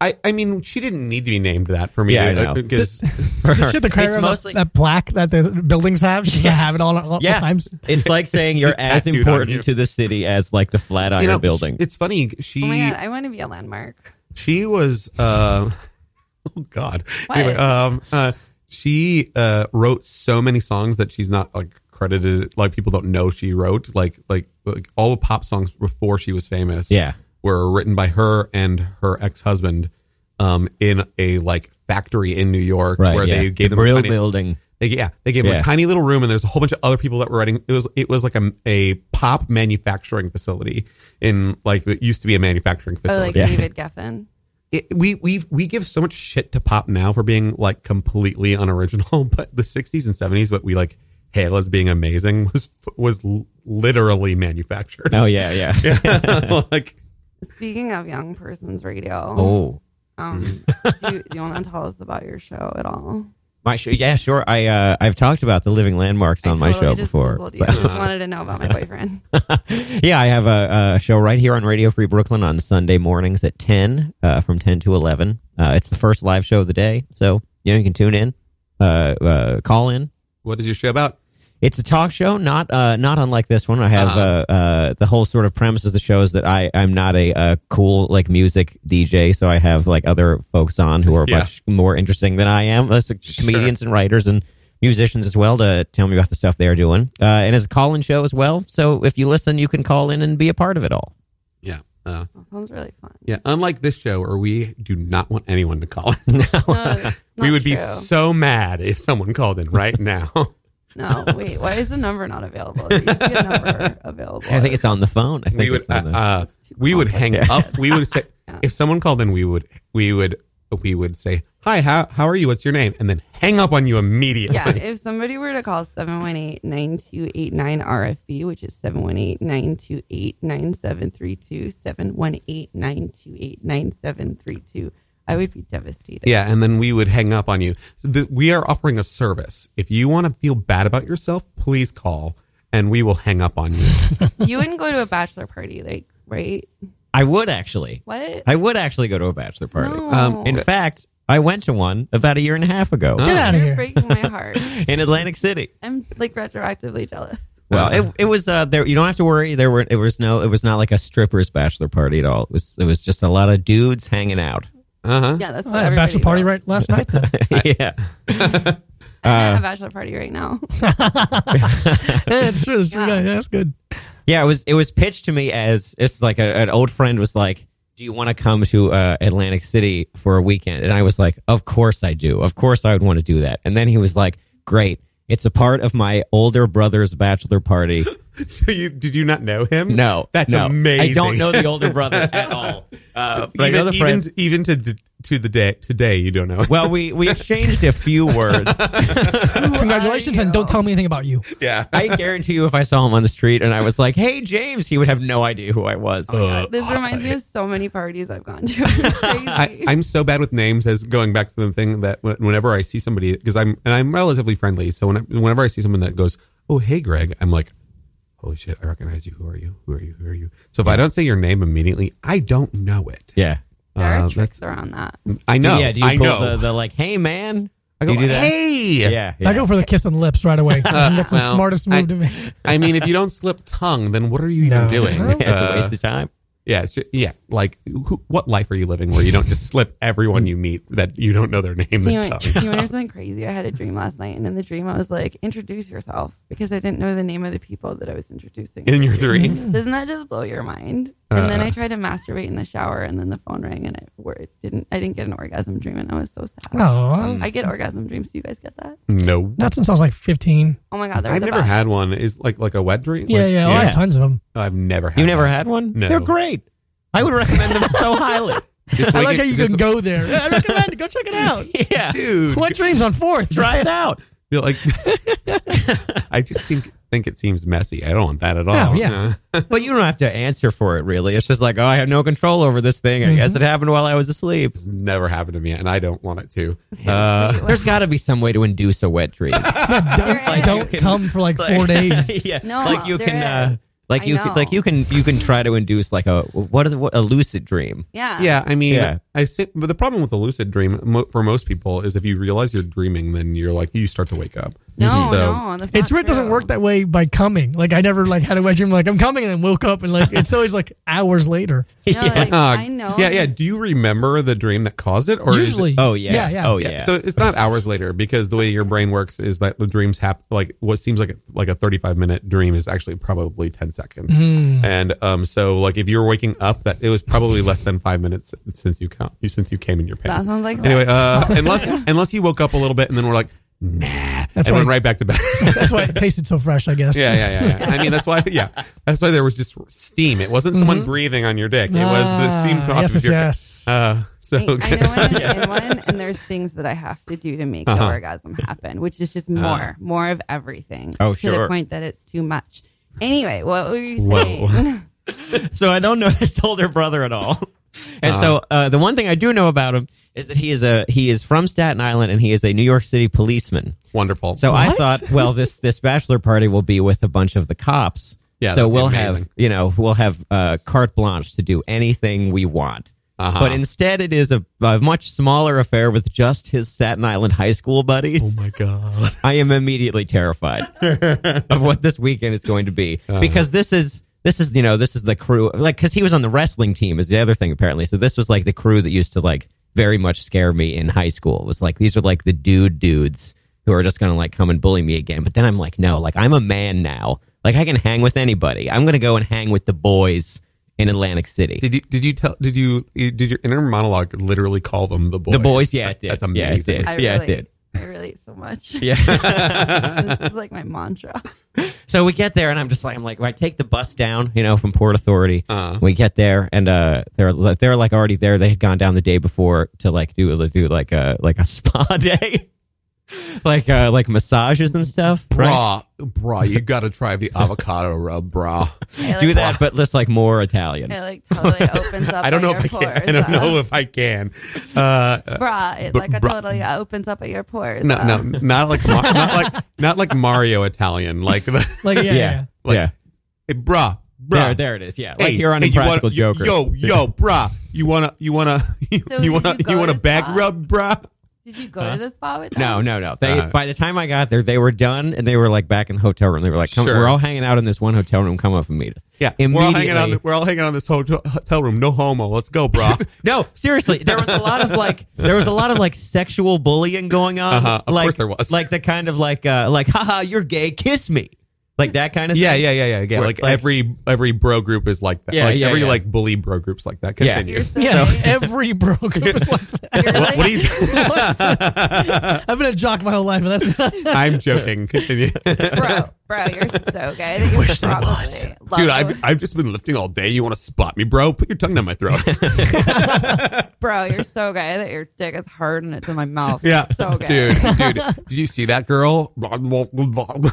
S2: I, I mean, she didn't need to be named that for me. uh,
S5: Yeah, I know.
S2: Because
S6: The shit the
S5: It's
S6: criteria about
S5: mostly-
S6: that plaque that the buildings have. She doesn't have it all, all, all times.
S5: It's like saying
S2: It's
S5: you're
S2: just
S5: as
S2: tattooed on you.
S5: important to the city as like the Flatiron
S2: you know,
S5: building.
S2: It's funny.
S3: Oh my
S2: She
S3: god, I want to be a landmark.
S2: she was uh oh god
S3: What?
S2: anyway um uh she uh wrote so many songs that she's not like credited like people don't know she wrote like like, like all the pop songs before she was famous
S5: Yeah.
S2: were written by her and her ex-husband um in a like factory in New York
S5: right.
S2: where
S5: yeah.
S2: they gave
S5: the
S2: them a
S5: Brill
S2: tiny-
S5: building.
S2: they, yeah, they gave him
S5: Yeah.
S2: a tiny little room, and there's a whole bunch of other people that were writing. It was it was like a, a pop manufacturing facility in like it used to be a manufacturing
S3: Oh,
S2: facility
S3: like
S5: Yeah.
S3: David Geffen.
S2: it, we we we give so much shit to pop now for being like completely unoriginal, but the '60s and '70s, what we like hail as being amazing was was l- literally manufactured.
S5: Oh yeah, yeah.
S2: like
S3: Speaking of young person's radio,
S5: Oh.
S3: um, do, you, do you want to tell us about your show at all?
S5: My show, yeah, sure. I uh, I've talked about the living landmarks
S3: I
S5: on my
S3: totally
S5: show
S3: just
S5: before.
S3: Googled you. I just wanted to know about my boyfriend.
S5: yeah, I have a, a show right here on Radio Free Brooklyn on Sunday mornings at 10, uh, from 10 to 11. Uh, it's the first live show of the day. So, you know, you can tune in, uh, uh, call in.
S2: what is your show about?
S5: It's a talk show, not uh, not unlike this one. I have uh uh, the whole sort of premise of the show is that I I'm not a, uh cool like music DJ, so I have like other folks on who are
S2: Yeah.
S5: much more interesting than I am, us comedians and writers and musicians as well to tell me about the stuff they're doing. Uh, and it's a call-in show as well, so if you listen, you can call in and be a part of it all.
S2: Yeah, uh,
S3: That sounds really fun.
S2: yeah. Unlike this show, where we do not want anyone to call in.
S3: No, that's
S2: we
S3: not
S2: would be
S3: true.
S2: so mad if someone called in right now.
S3: no, wait. Why is the number not available? There used to be a number available.
S5: I think it's on the phone. I think
S2: we would
S5: it's
S2: uh,
S5: on the,
S2: uh, we would hang up. We would say if someone called in, we would we would we would say hi. How how are you? What's your name? And then hang up on you immediately.
S3: yeah, if somebody were to call 718-9289-RFB, which is 718-928-9732, 718-928-9732, I would be devastated.
S2: Yeah, and then we would hang up on you. So th- we are offering a service. If you want to feel bad about yourself, please call, and we will hang up on you.
S3: You wouldn't go to a bachelor party, like, right?
S5: I would actually,
S3: What?
S5: I would actually go to a bachelor party.
S3: No.
S2: Um,
S5: In fact, I went to one about a year and a half ago
S6: Get out of
S3: You're
S6: here.
S3: breaking my heart.
S5: in Atlantic City.
S3: I'm like retroactively jealous.
S5: Well,
S2: Uh-huh.
S5: it, it was uh, there. You don't have to worry. There were it was no. It was not like a strippers' bachelor party at all. It was it was just a lot of dudes hanging out.
S2: Uh huh.
S3: Yeah, that's
S6: I
S3: what
S6: had Oh, a
S3: everybody
S6: bachelor party
S3: does.
S6: right last night. Then.
S5: yeah,
S3: I'm at
S2: Ah.
S3: a bachelor party right now.
S6: yeah, it's true. It's true.
S3: Yeah.
S6: Yeah, that's good.
S5: yeah. It was it was pitched to me as it's like a, an old friend was like, "Do you want to come to uh, Atlantic City for a weekend?" And I was like, "Of course I do. Of course I would want to do that." And then he was like, "Great." It's a part of my older brother's bachelor party.
S2: So you did you not know him?
S5: No,
S2: that's
S5: no.
S2: amazing.
S5: I don't know the older brother at all. Uh, but I know
S2: even
S5: the friend.
S2: even, even to the, to the day today, you don't know.
S5: well, we we exchanged a few words.
S6: Congratulations,
S3: are
S6: and
S3: you?
S6: don't tell me anything about you.
S2: yeah.
S5: I guarantee you, if I saw him on the street and I was like, "Hey, James," he would have no idea who I was.
S2: Oh.
S3: This reminds me of so many parties I've gone to. It's crazy.
S2: I, I'm so bad with names as going back to the thing that when- whenever I see somebody, because I'm and I'm relatively friendly, so when I, whenever I see someone that goes, "Oh, hey, Greg," I'm like, "Holy shit, I recognize you. Who are you? Who are you? Who are you?" So if I don't say your name immediately, I don't know it.
S5: yeah,
S3: there
S2: uh,
S3: are
S2: that's-
S3: tricks around that.
S2: I know.
S5: yeah. Do you
S2: I
S5: pull
S2: know.
S5: The, the like, "Hey, man"?
S2: I go,
S5: do you do that?
S2: Hey.
S5: yeah,
S6: I go for the kiss on the lips right away. I think that's the
S2: well,
S6: smartest
S2: I-
S6: move to make.
S2: I mean, if you don't slip tongue, then what are you even
S6: No.
S2: doing?
S6: Well,
S5: it's a
S2: Uh,
S5: waste of time.
S2: yeah, it's ju- yeah. Like, who, what life are you living where you don't just slip everyone you meet that you don't know their name?
S3: You
S2: The
S3: want
S2: tongue.
S3: you want to hear something crazy? I had a dream last night, and in the dream, I was like, "Introduce yourself," because I didn't know the name of the people that I was introducing.
S2: In your dream. Uh-uh.
S3: Doesn't that just blow your mind? And then I tried to masturbate in the shower, and then the phone rang, and I wor- it didn't. I didn't get an orgasm dream, and I was so sad.
S6: Oh,
S3: I get orgasm dreams. Do you guys get that?
S2: No.
S6: not since I was like 15.
S3: Oh my god, they're
S2: I've
S3: the
S2: never
S3: best.
S2: had one. Is like like a wet dream.
S6: Yeah,
S2: Like,
S6: yeah. Oh, I
S5: yeah.
S6: had tons of them.
S2: I've never had.
S5: You've never
S2: one.
S5: had one?
S2: No.
S5: They're great. I would recommend them so highly.
S2: Just
S6: I
S2: wake
S6: like how
S2: it-
S6: you
S2: just-
S6: can go there. I recommend it. Go check it out.
S5: Yeah,
S2: dude.
S6: What dreams on fourth?
S5: try it out.
S2: You're like, I just think think it seems messy. I don't want that at all.
S6: No, yeah.
S5: But you don't have to answer for it, really. It's just like, oh, I have no control over this thing. I guess
S2: Mm-hmm.
S5: it happened while I was asleep.
S2: It's never happened to me, and I don't want it to.
S3: Wait,
S2: Uh,
S3: what?
S5: There's got to be some way to induce a wet dream.
S6: Yeah, don't,
S3: Like-
S6: don't come for like four days.
S5: yeah,
S3: No,
S5: like you
S3: there
S5: can
S3: is.
S5: uh, Like
S3: I
S5: you, could,
S3: know.
S5: like you can, you can try to induce like a what is what a lucid dream.
S3: Yeah.
S2: Yeah, I mean,
S5: Yeah.
S2: I say, but the problem with a lucid dream mo- for most people is if you realize you're dreaming, then you're like you start to wake up.
S3: No,
S2: so
S3: no. That's
S6: It's
S3: not
S6: weird. It doesn't
S3: true.
S6: work that way by coming. Like I never like had a wet dream. Like I'm coming and then woke up and like it's always like hours later.
S3: No, like, I know.
S2: uh, Yeah, yeah. Do you remember the dream that caused it, or is it-
S6: Usually.
S5: Oh yeah.
S6: Yeah. Yeah.
S5: Oh
S2: Yeah.
S5: yeah.
S2: So it's not hours later because the way your brain works is that the dreams happen like what seems like a, like a 35 minute dream is actually probably 10 seconds. And um so like if you were waking up that it was probably less than 5 minutes since you come since you came in your pants.
S3: sounds like
S2: Anyway, uh unless unless you woke up a little bit and then we're like nah and
S6: That's why-
S2: went right back to bed.
S6: That's why it tasted so fresh, I guess.
S2: yeah, yeah, yeah, yeah. I mean that's why yeah. That's why there was just steam. It wasn't someone breathing on your dick. It was the steam
S6: Ah,
S2: coming off
S6: yes,
S2: of your
S6: yes, yes.
S2: Uh so
S3: I, I know when I'm in one, and there's things that I have to do to make
S2: Uh-huh.
S3: the orgasm happen, which is just more, more of everything.
S5: Oh,
S3: To
S5: sure.
S3: the point that it's too much. Anyway, what were you
S2: Whoa.
S3: saying?
S5: so I don't know his older brother at all. And so uh, the one thing I do know about him is that he is a he is from Staten Island and he is a New York City policeman.
S2: wonderful.
S5: So I thought, well, this this bachelor party will be with a bunch of the cops.
S2: Yeah,
S5: So
S2: that'd be
S5: we'll
S2: amazing.
S5: have you know we'll have uh, carte blanche to do anything we want.
S2: Uh-huh.
S5: But instead, it is a, a much smaller affair with just his Staten Island high school buddies.
S2: Oh my god.
S5: I am immediately terrified of what this weekend is going to be because this is this is you know this is the crew like because he was on the wrestling team is the other thing apparently so this was like the crew that used to like very much scare me in high school it was like these are like the dude dudes who are just gonna like come and bully me again but then I'm like no like I'm a man now like I can hang with anybody I'm gonna go and hang with the boys in Atlantic City
S2: Did you did you tell did you did your inner monologue literally call them the boys?
S5: the boys yeah it did.
S2: That's
S5: Yeah, it
S2: amazing.
S5: did.
S3: I
S5: yeah
S3: relate.
S5: it did
S3: I relate so much.
S5: yeah.
S3: this is like my mantra.
S5: So we get there, and I'm just like, I'm like, I take the bus down, you know, from Port Authority.
S2: Uh-huh.
S5: We get there, and uh, they're they're like already there. They had gone down the day before to like do do like a like a spa day, like uh, like massages and stuff. right?
S2: Brah, brah, you gotta try the avocado rub, brah.
S3: I, like,
S5: Do that, but let's like more Italian.
S3: It like totally opens up.
S2: I don't know
S3: like,
S2: if I can.
S3: your pores.
S2: I don't
S3: uh,
S2: know if I can. Uh, uh,
S3: Bra, it
S2: Br-
S3: like a
S2: bra-
S3: totally opens up at your pores.
S2: no,
S3: uh,
S2: no, not like Mar- not like not like Mario Italian. Like the
S6: Like yeah,
S5: yeah,
S6: yeah. yeah.
S2: Like,
S5: yeah.
S2: hey, brah, brah.
S5: There, there it is. Yeah,
S2: Hey,
S5: like you're on
S2: hey, you wanna-
S5: Impractical
S2: you-
S5: Joker.
S2: Yo, yo, brah. You wanna, you wanna, you,
S3: So
S2: you
S3: did
S2: wanna,
S3: you go
S2: you wanna
S3: to
S2: back
S3: spa?
S2: rub, brah?
S3: Did you go to the spa with them?
S5: No, no, no. They,
S2: Uh,
S5: by the time I got there, they were done, and they were like back in the hotel room. They were like, come,
S2: Sure.
S5: "We're all hanging out in this one hotel room. Come up and meet us."
S2: Yeah, we're all
S5: immediately.
S2: hanging out. We're all hanging out in this hotel, hotel room. No homo. Let's go, brah.
S5: No, seriously, there was a lot of like, there was a lot of like sexual bullying going on.
S2: Uh-huh, of
S5: like,
S2: course there was.
S5: Like the kind of like, uh, like, haha, you're gay, kiss me, like that kind of.
S2: Yeah,
S5: thing.
S2: yeah, yeah, yeah, yeah.
S5: Where,
S2: Like,
S5: like-
S2: every every bro group is like that.
S5: Yeah,
S2: like
S5: yeah,
S2: every
S5: yeah.
S2: like bully bro group's like that.
S5: Yeah.
S2: Continue.
S3: You're so
S6: Yes,
S3: mean.
S6: every bro group is like that.
S3: You're like,
S2: What do you?
S6: I've been a jock my whole life, but that's not,
S2: I'm joking. Continue, dude.
S3: bro, bro, you're so gay. I think wish
S6: there
S3: probably
S6: was.
S3: love-
S2: I've I've just been lifting all day. You want to spot me, bro? Put your tongue down my throat.
S3: bro, you're so gay that your dick is hard and it's in my mouth.
S2: Yeah,
S3: You're so gay.
S2: dude, dude. Did you see that girl? Blah, blah, blah, blah.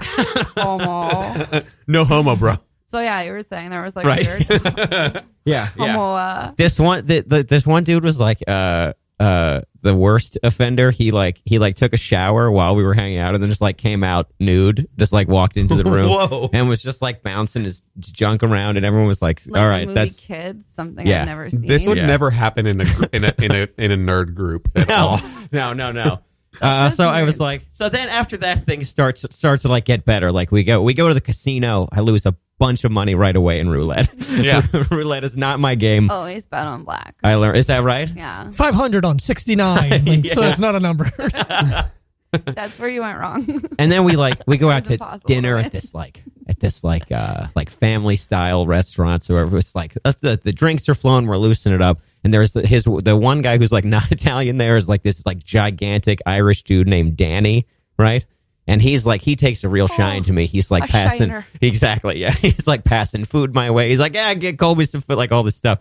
S3: Homo.
S2: no homo, bro.
S3: So yeah, you were saying there was like
S5: Right.
S3: weird
S5: yeah, yeah.
S3: homo. Uh,
S5: This one, the, the, this one dude was like, uh, uh, the worst offender. He like, he like took a shower while we were hanging out, and then just like came out nude, just like walked into the room,
S2: Whoa.
S5: and was just like bouncing his junk around, and everyone was like,
S3: like
S5: all
S3: the
S5: right,
S3: movie
S5: that's
S3: kids, something
S5: Yeah.
S3: I've never seen.
S2: This would
S5: Yeah.
S2: never happen in a gr- in a in a in a nerd group at
S5: no,
S2: all.
S5: no, no, no. Uh, so I was like, so then after that thing starts starts to like get better. Like we go we go to the casino. I lose a bunch of money right away in roulette.
S2: Yeah.
S5: roulette is not my game.
S3: always bet on black.
S5: I learned. Is that right?
S3: Oh. yeah,
S6: 500 on 69. Like, So that's not a number.
S3: that's where you went wrong.
S5: And then we like we go out
S3: It's
S5: to
S3: impossible,
S5: dinner
S3: right?
S5: at this like at this like uh like family style restaurants where it's like uh, the, the drinks are flowing. We're loosening it up. And there's the, his the one guy who's like not Italian. There is like this like gigantic Irish dude named Danny, right? And he's like he takes a real shine to me. He's like
S3: Oh, a
S5: passing
S3: shiner.
S5: exactly yeah. He's like passing food my way. He's like yeah, get Colby some food, like all this stuff.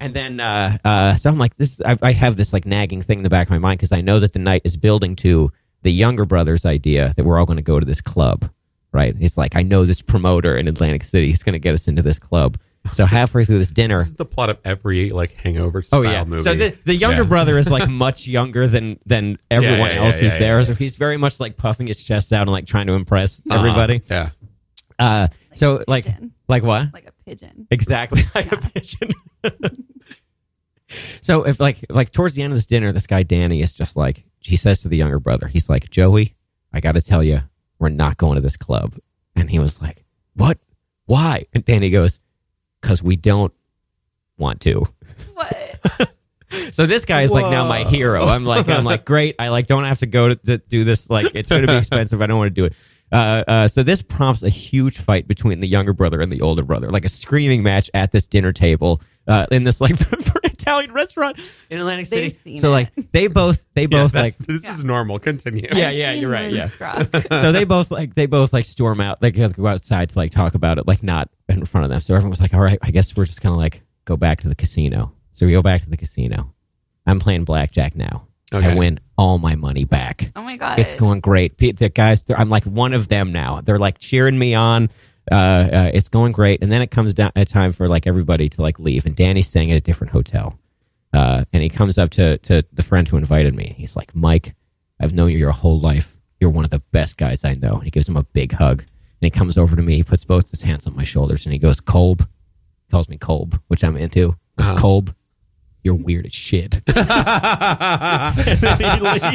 S5: And then, uh, uh, so I'm like, this, I, I have this like nagging thing in the back of my mind because I know that the night is building to the younger brother's idea that we're all going to go to this club, right? It's like, I know this promoter in Atlantic City. He's going to get us into this club. So halfway through this dinner. oh,
S2: This is the plot of every like hangover style movie.
S5: So the, the younger
S2: Yeah.
S5: brother is like much younger than than everyone
S2: yeah,
S5: else
S2: yeah,
S5: who's
S2: yeah, Uh-huh.
S5: there.
S2: yeah.
S5: So he's very much like puffing his chest out and like trying to impress everybody.
S2: Yeah.
S5: Uh, So,
S3: a
S5: like-
S3: pigeon.
S5: Like what?
S3: like a pigeon.
S5: Exactly like a pigeon. so if like like towards the end of this dinner, this guy Danny is just like he says to the younger brother, he's like, Joey, I gotta tell you, we're not going to this club. And he was like, What? Why? And Danny goes, Cause we don't want to.
S3: What?
S5: So this guy is like now my
S2: Whoa.
S5: hero. I'm like I'm like great. I like don't have to go to, to do this. Like it's going to be expensive. I don't want to do it. Uh, uh, so this prompts a huge fight between the younger brother and the older brother, like a screaming match at this dinner table uh, in this like Italian restaurant in Atlantic
S3: They've
S5: City.
S3: seen
S5: so
S3: it.
S5: like they both they both like
S2: that's- this is normal. Continue.
S5: Yeah,
S3: I've
S5: yeah, you're
S3: seen
S5: right,
S3: Lynn
S5: yeah.
S3: Scrock.
S5: so they both like they both like storm out like go outside to like talk about it like not in front of them so everyone was like all right i guess we're just gonna like go back to the casino so we go back to the casino i'm playing blackjack now i
S2: Okay.
S5: win all my money back
S3: Oh my god.
S5: it's going great Pe- the guys they're- i'm like one of them now they're like cheering me on uh, uh, it's going great and then it comes down a time for like everybody to like leave and danny's staying at a different hotel uh, and he comes up to, to the friend who invited me. He's like, Mike, I've known you your whole life. You're one of the best guys I know. And he gives him a big hug. And he comes over to me. He puts both his hands on my shoulders and he goes, Kolb. He calls me Kolb, which I'm into.
S2: Uh-huh.
S5: Kolb, you're weird as shit.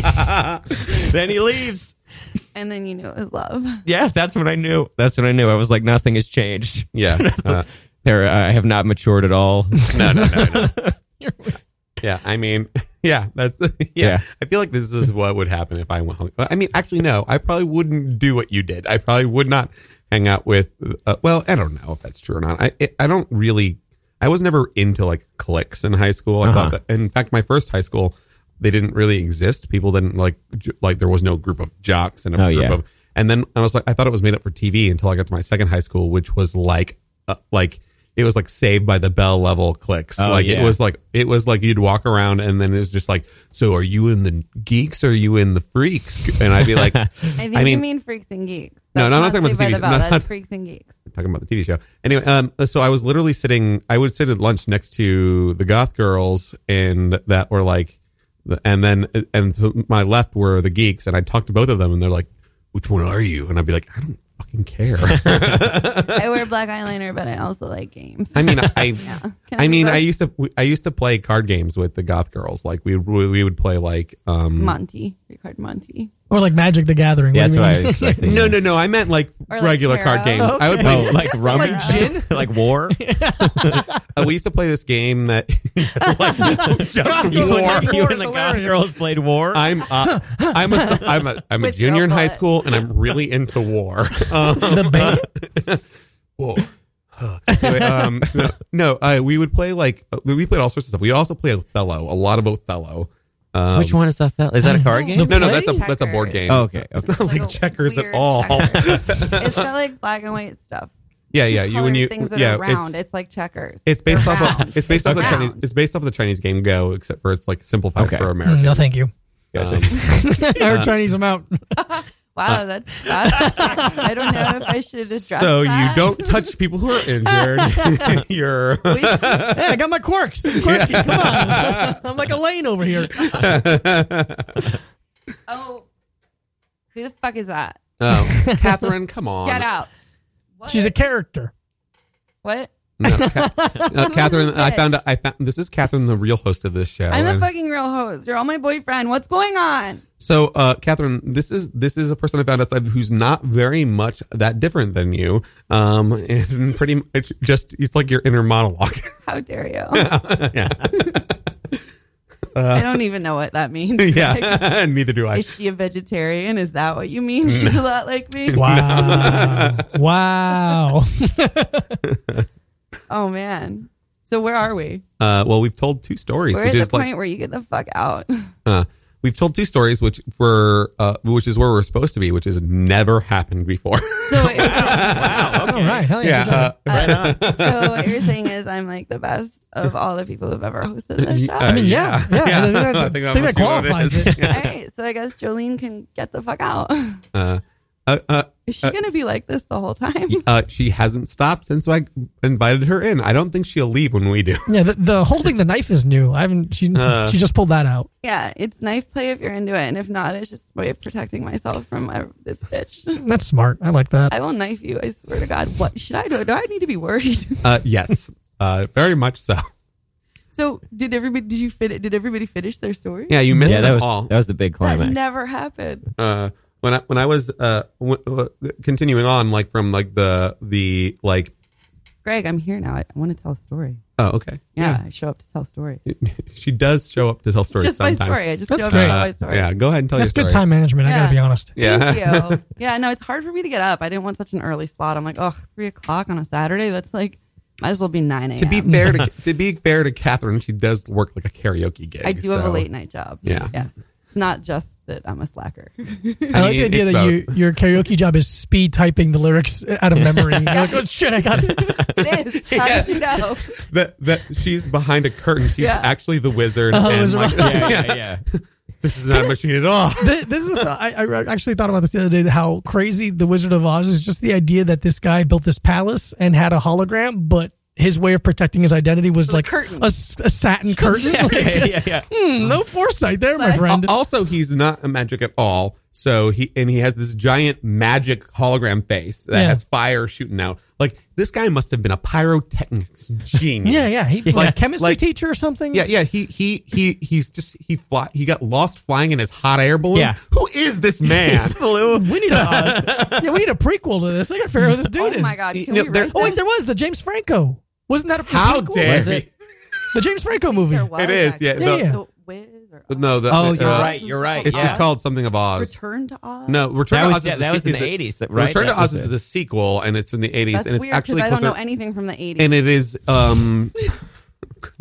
S5: then he leaves.
S3: and then you knew it was love.
S5: Yeah, that's what I knew. That's what I knew. I was like, nothing has changed.
S2: yeah. Uh,
S5: There, I have not matured at all.
S2: no, no, no, no. yeah. I mean, yeah. That's yeah.
S5: Yeah.
S2: I feel like this is what would happen if I went. home. I mean, actually, no. I probably wouldn't do what you did. I probably would not hang out with. Uh, well, I don't know if that's true or not. I I don't really. I was never into like cliques in high school. I thought
S5: Uh-huh.
S2: that. In fact, my first high school, they didn't really exist. People didn't like j- like there was no group of jocks and a
S5: Oh,
S2: group
S5: yeah.
S2: of and then I was like, I thought it was made up for TV until I got to my second high school, which was like, uh, like it was like Saved by the Bell level clicks.
S5: Oh,
S2: like
S5: yeah.
S2: it was like it was like you'd walk around and then it was just like, so are you in the geeks or are you in the freaks? And I'd be like,
S3: I think
S2: I
S3: you
S2: mean-
S3: mean freaks and geeks.
S2: No, no, I'm not talking about
S3: Saved by
S2: the TV show.
S3: Bell.
S2: No,
S3: That's
S2: not-
S3: freaks and geeks.
S2: talking about the TV show. Anyway, um, so I was literally sitting. I would sit at lunch next to the goth girls, and that were like, and then and to my left were the geeks, and I talked to both of them, and they're like, "Which one are you?" And I'd be like, "I don't fucking care."
S3: I wear black eyeliner, but I also like games.
S2: I mean, I.
S3: Can
S2: I
S3: do
S2: mean,
S3: both?
S2: I used to I used to play card games with the goth girls. Like we we would play like um
S3: Monty, Ricard Monty.
S6: Or like Magic the Gathering.
S5: Yeah,
S6: what
S5: that's what I
S6: do you mean?
S5: was expecting.
S2: no no no I meant like,
S3: Or, like,
S2: regular card
S3: tarot.
S2: games. I would play
S5: Oh, like rummage,
S6: gin?
S5: like war.
S2: uh, we used to play this game that like just
S5: You
S2: war.
S5: and, you and the goth
S6: hilarious.
S5: girls played war.
S2: I'm uh, I'm a I'm a I'm a
S3: With
S2: junior in
S3: girl
S2: high
S3: bullets.
S2: school and I'm really into war. Um,
S6: the bait.
S2: war. Anyway, um, no, no uh, we would play like uh, we played all sorts of stuff. We also play Othello, a lot of Othello. Um,
S5: Which one is that? Is that a card game?
S6: The-
S2: No, no,
S6: Play?
S2: that's a that's a board
S3: Checkers.
S2: game.
S5: Oh, okay, okay.
S2: not like
S3: a
S2: checkers at
S3: weird
S2: all.
S3: checker. it's got like black and white stuff.
S2: Yeah, yeah. You when
S3: Colored
S2: you
S3: things that
S2: yeah,
S3: are round.
S2: it's
S3: It's, like checkers.
S2: it's based
S3: They're
S2: off
S3: round.
S2: of, it's based off the
S3: They're
S2: Chinese
S3: round.
S2: it's based off the Chinese game Go, except for it's like simplified
S5: Okay. Mm,
S2: for Americans.
S6: Mm, No, thank you.
S2: Um,
S6: Our Chinese amount.
S3: Wow, that's, that's I don't know if I should address
S2: uh, so you
S3: that.
S2: don't touch people who are injured. You're
S3: We should-
S6: Hey, I got my quirks. I'm quirky, Come on. I'm like Elaine over here.
S3: oh, who the fuck is that?
S2: oh, Catherine, come on.
S3: Get out. What?
S6: She's a character.
S3: what?
S2: No, Ca- uh, Catherine,
S3: this
S2: I
S3: bitch?
S2: found out. I found this is Catherine, the real host of this show.
S3: I'm the
S2: And
S3: fucking real host. You're all my boyfriend. What's going on?
S2: so, uh, Catherine, this is this is a person I found outside who's not very much that different than you. Um, and pretty much it's just it's like your inner monologue.
S3: How dare you? I don't even know what that means. Like,
S2: yeah, neither do I.
S3: is she a vegetarian? Is that what you mean? She's a lot like me.
S6: Wow. wow.
S3: Oh man. So where are we?
S2: Uh, well, we've told two stories,
S3: We're
S2: which
S3: at the
S2: is like
S3: point where you get the fuck out.
S2: uh, we've told two stories, which were uh, which is where we're supposed to be, which has never happened before.
S3: So it was-
S6: All right. Hell Oh, yeah.
S2: yeah,
S6: good job.
S2: uh,
S3: so what you're saying is I'm like the best of all the people who've ever hosted this show.
S2: uh,
S6: mean, yeah, yeah, I think that- I think that
S2: must be what
S6: qualifies
S2: is.
S6: it.
S3: all right, so I guess Jolene can get the fuck out.
S2: Uh, uh, uh,
S3: Is she going to be like this the whole time?
S2: uh, she hasn't stopped since I invited her in. I don't think she'll leave when we do.
S6: Yeah, the, the holding the knife is new. I haven't. She
S2: Uh.
S6: she just pulled that out.
S3: Yeah, it's knife play if you're into it, and if not, it's just a way of protecting myself from uh, this bitch.
S6: That's smart. I like that.
S3: I will knife you. I swear to God. What should I do? Do I need to be worried?
S2: Uh, yes, uh, very much so.
S3: so did everybody? Did you fit? Did everybody finish their story?
S2: Yeah, you missed
S5: yeah, that
S2: them
S5: was
S2: all.
S5: that was the big
S3: That
S5: climax.
S3: never happened.
S2: uh, when I when I was uh, w- w- continuing on, like from like the the like.
S3: Greg, I'm here now. I, I want to tell a story.
S2: Oh, okay.
S3: Yeah, I show up to tell a story.
S2: she does show up to tell stories
S3: Just
S2: sometimes.
S3: my story. I just
S6: That's
S3: show up to
S6: great.
S3: tell my
S2: Uh,
S3: story.
S2: yeah, go ahead and tell
S6: That's
S2: your
S6: good
S2: story.
S6: time management. I
S3: Yeah.
S6: gotta be honest.
S2: Yeah.
S3: Thank you. yeah, no, it's hard for me to get up. I didn't want such an early slot. I'm like, oh, three o'clock on a Saturday. That's like, might as well be nine a.m.
S2: to be fair to, to be fair to Catherine, she does work like a karaoke gig.
S3: I do have a
S2: so-
S3: late night job.
S2: Yeah.
S3: Yes. It's not just that I'm a slacker.
S6: I, like
S2: mean,
S6: the idea
S2: it's
S6: that you, your karaoke job is speed typing the lyrics out of memory. You're like, oh shit, I got it.
S3: it is. How did you know?
S2: that that she's behind a curtain. She's
S3: Yeah.
S2: actually the wizard.
S6: Oh,
S2: and
S6: wizard.
S2: like,
S5: yeah, yeah, yeah.
S2: this is not a machine at all.
S6: Th- This is the, I, I actually thought about this the other day. How crazy the Wizard of Oz is! Just the idea that this guy built this palace and had a hologram, but his way of protecting his identity was
S3: The
S6: like
S3: curtain.
S6: a, s- a satin curtain.
S5: yeah,
S6: Like,
S5: yeah, yeah.
S6: hmm, no foresight there, my
S3: But-
S6: friend.
S2: Al- also, he's not a magic at all. So he and he has this giant magic hologram face that
S6: Yeah.
S2: has fire shooting out. Like this guy must have been a pyrotechnics genius.
S6: yeah, yeah. He, like
S2: Like-
S6: chemistry
S2: like-
S6: teacher or something.
S2: Yeah, yeah, he he he he's just he fly he got lost flying in his hot air balloon.
S5: Yeah.
S2: Who is this man?
S6: We need a uh, yeah, we need a prequel to this. I gotta figure out who this dude
S3: oh
S6: is.
S3: my God.
S2: You
S3: Can
S2: know,
S3: we
S2: there-
S3: write
S6: Oh wait,
S3: this?
S6: there was the James Franco. Wasn't that a
S2: How
S6: prequel?
S2: dare
S5: Was
S2: he?
S5: it?
S6: the James Franco movie?
S3: There was
S2: It is, yeah,
S3: actually.
S6: the- Yeah, yeah.
S3: The Wiz or Oz.
S2: No, the,
S5: Oh,
S2: the-
S5: you're
S2: uh,
S5: right. You're right.
S2: It's
S5: yeah.
S2: just called something of Oz.
S3: Return to Oz.
S2: no, Return
S5: That
S2: to
S5: was-
S2: Oz.
S5: yeah,
S2: is
S5: that
S2: the,
S5: was in
S2: is
S5: the 80s, that- right,
S2: Return to
S5: that was
S2: Oz is
S5: it.
S2: the sequel, and it's in the 80s,
S3: That's
S2: and it's
S3: weird because
S2: actually
S3: I don't
S2: closer.
S3: know anything from the 80s.
S2: and it is um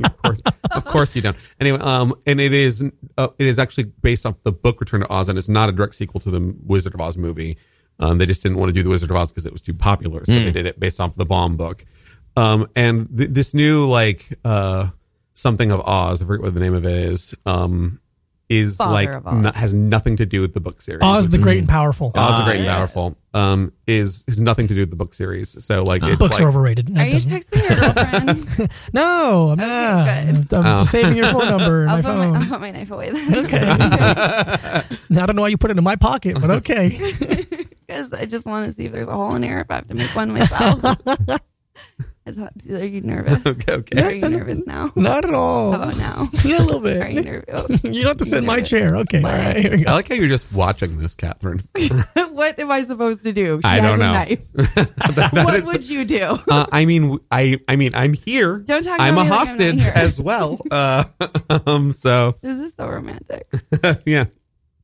S2: of course of course you don't anyway um and it is uh, it is actually based off the book return to oz and it's not a direct sequel to the wizard of oz movie um they just didn't want to do the wizard of oz because it was too popular so
S6: Hmm.
S2: they did it based off the bomb book um and th- this new like uh something of oz i forget what the name of it is um is
S3: Father
S2: like
S3: of Oz.
S2: no- has nothing to do with the book series
S6: Oz the Great and Powerful.
S2: Mm. Oz the Great and
S5: yes.
S2: Powerful um, is has nothing to do with the book series. So like it's
S6: Books
S2: like,
S6: are overrated. No,
S3: Are you
S6: it doesn't-
S3: texting your girlfriend?
S6: No, I'm not.
S3: good.
S6: I'm
S2: Oh.
S6: saving your phone number in
S3: I'll,
S6: my
S3: put my, I'll
S6: phone.
S3: put my knife away then.
S6: I don't know why you put it in my pocket, but okay.
S3: Because I just want to see if there's a hole in here if I have to make one myself. Is that- Are you nervous?
S2: okay, okay.
S3: Are you nervous now?
S6: Not at all.
S3: How about now?
S6: Yeah, a little
S3: Are you
S6: bit.
S3: nervous?
S6: You don't have to sit in my
S3: nervous?
S6: chair. Okay. All right. Here we
S2: I
S6: go.
S2: like how you're just watching this, Catherine.
S3: what am I supposed to do? She
S2: I
S3: has
S2: don't
S3: a
S2: know.
S3: knife. what would you do?
S2: Uh, I mean, I I mean, I'm here.
S3: Don't talk
S2: I'm
S3: about
S2: a
S3: me like I'm not
S2: hostage
S3: here.
S2: as well. Uh, um, so
S3: This is so romantic.
S2: yeah,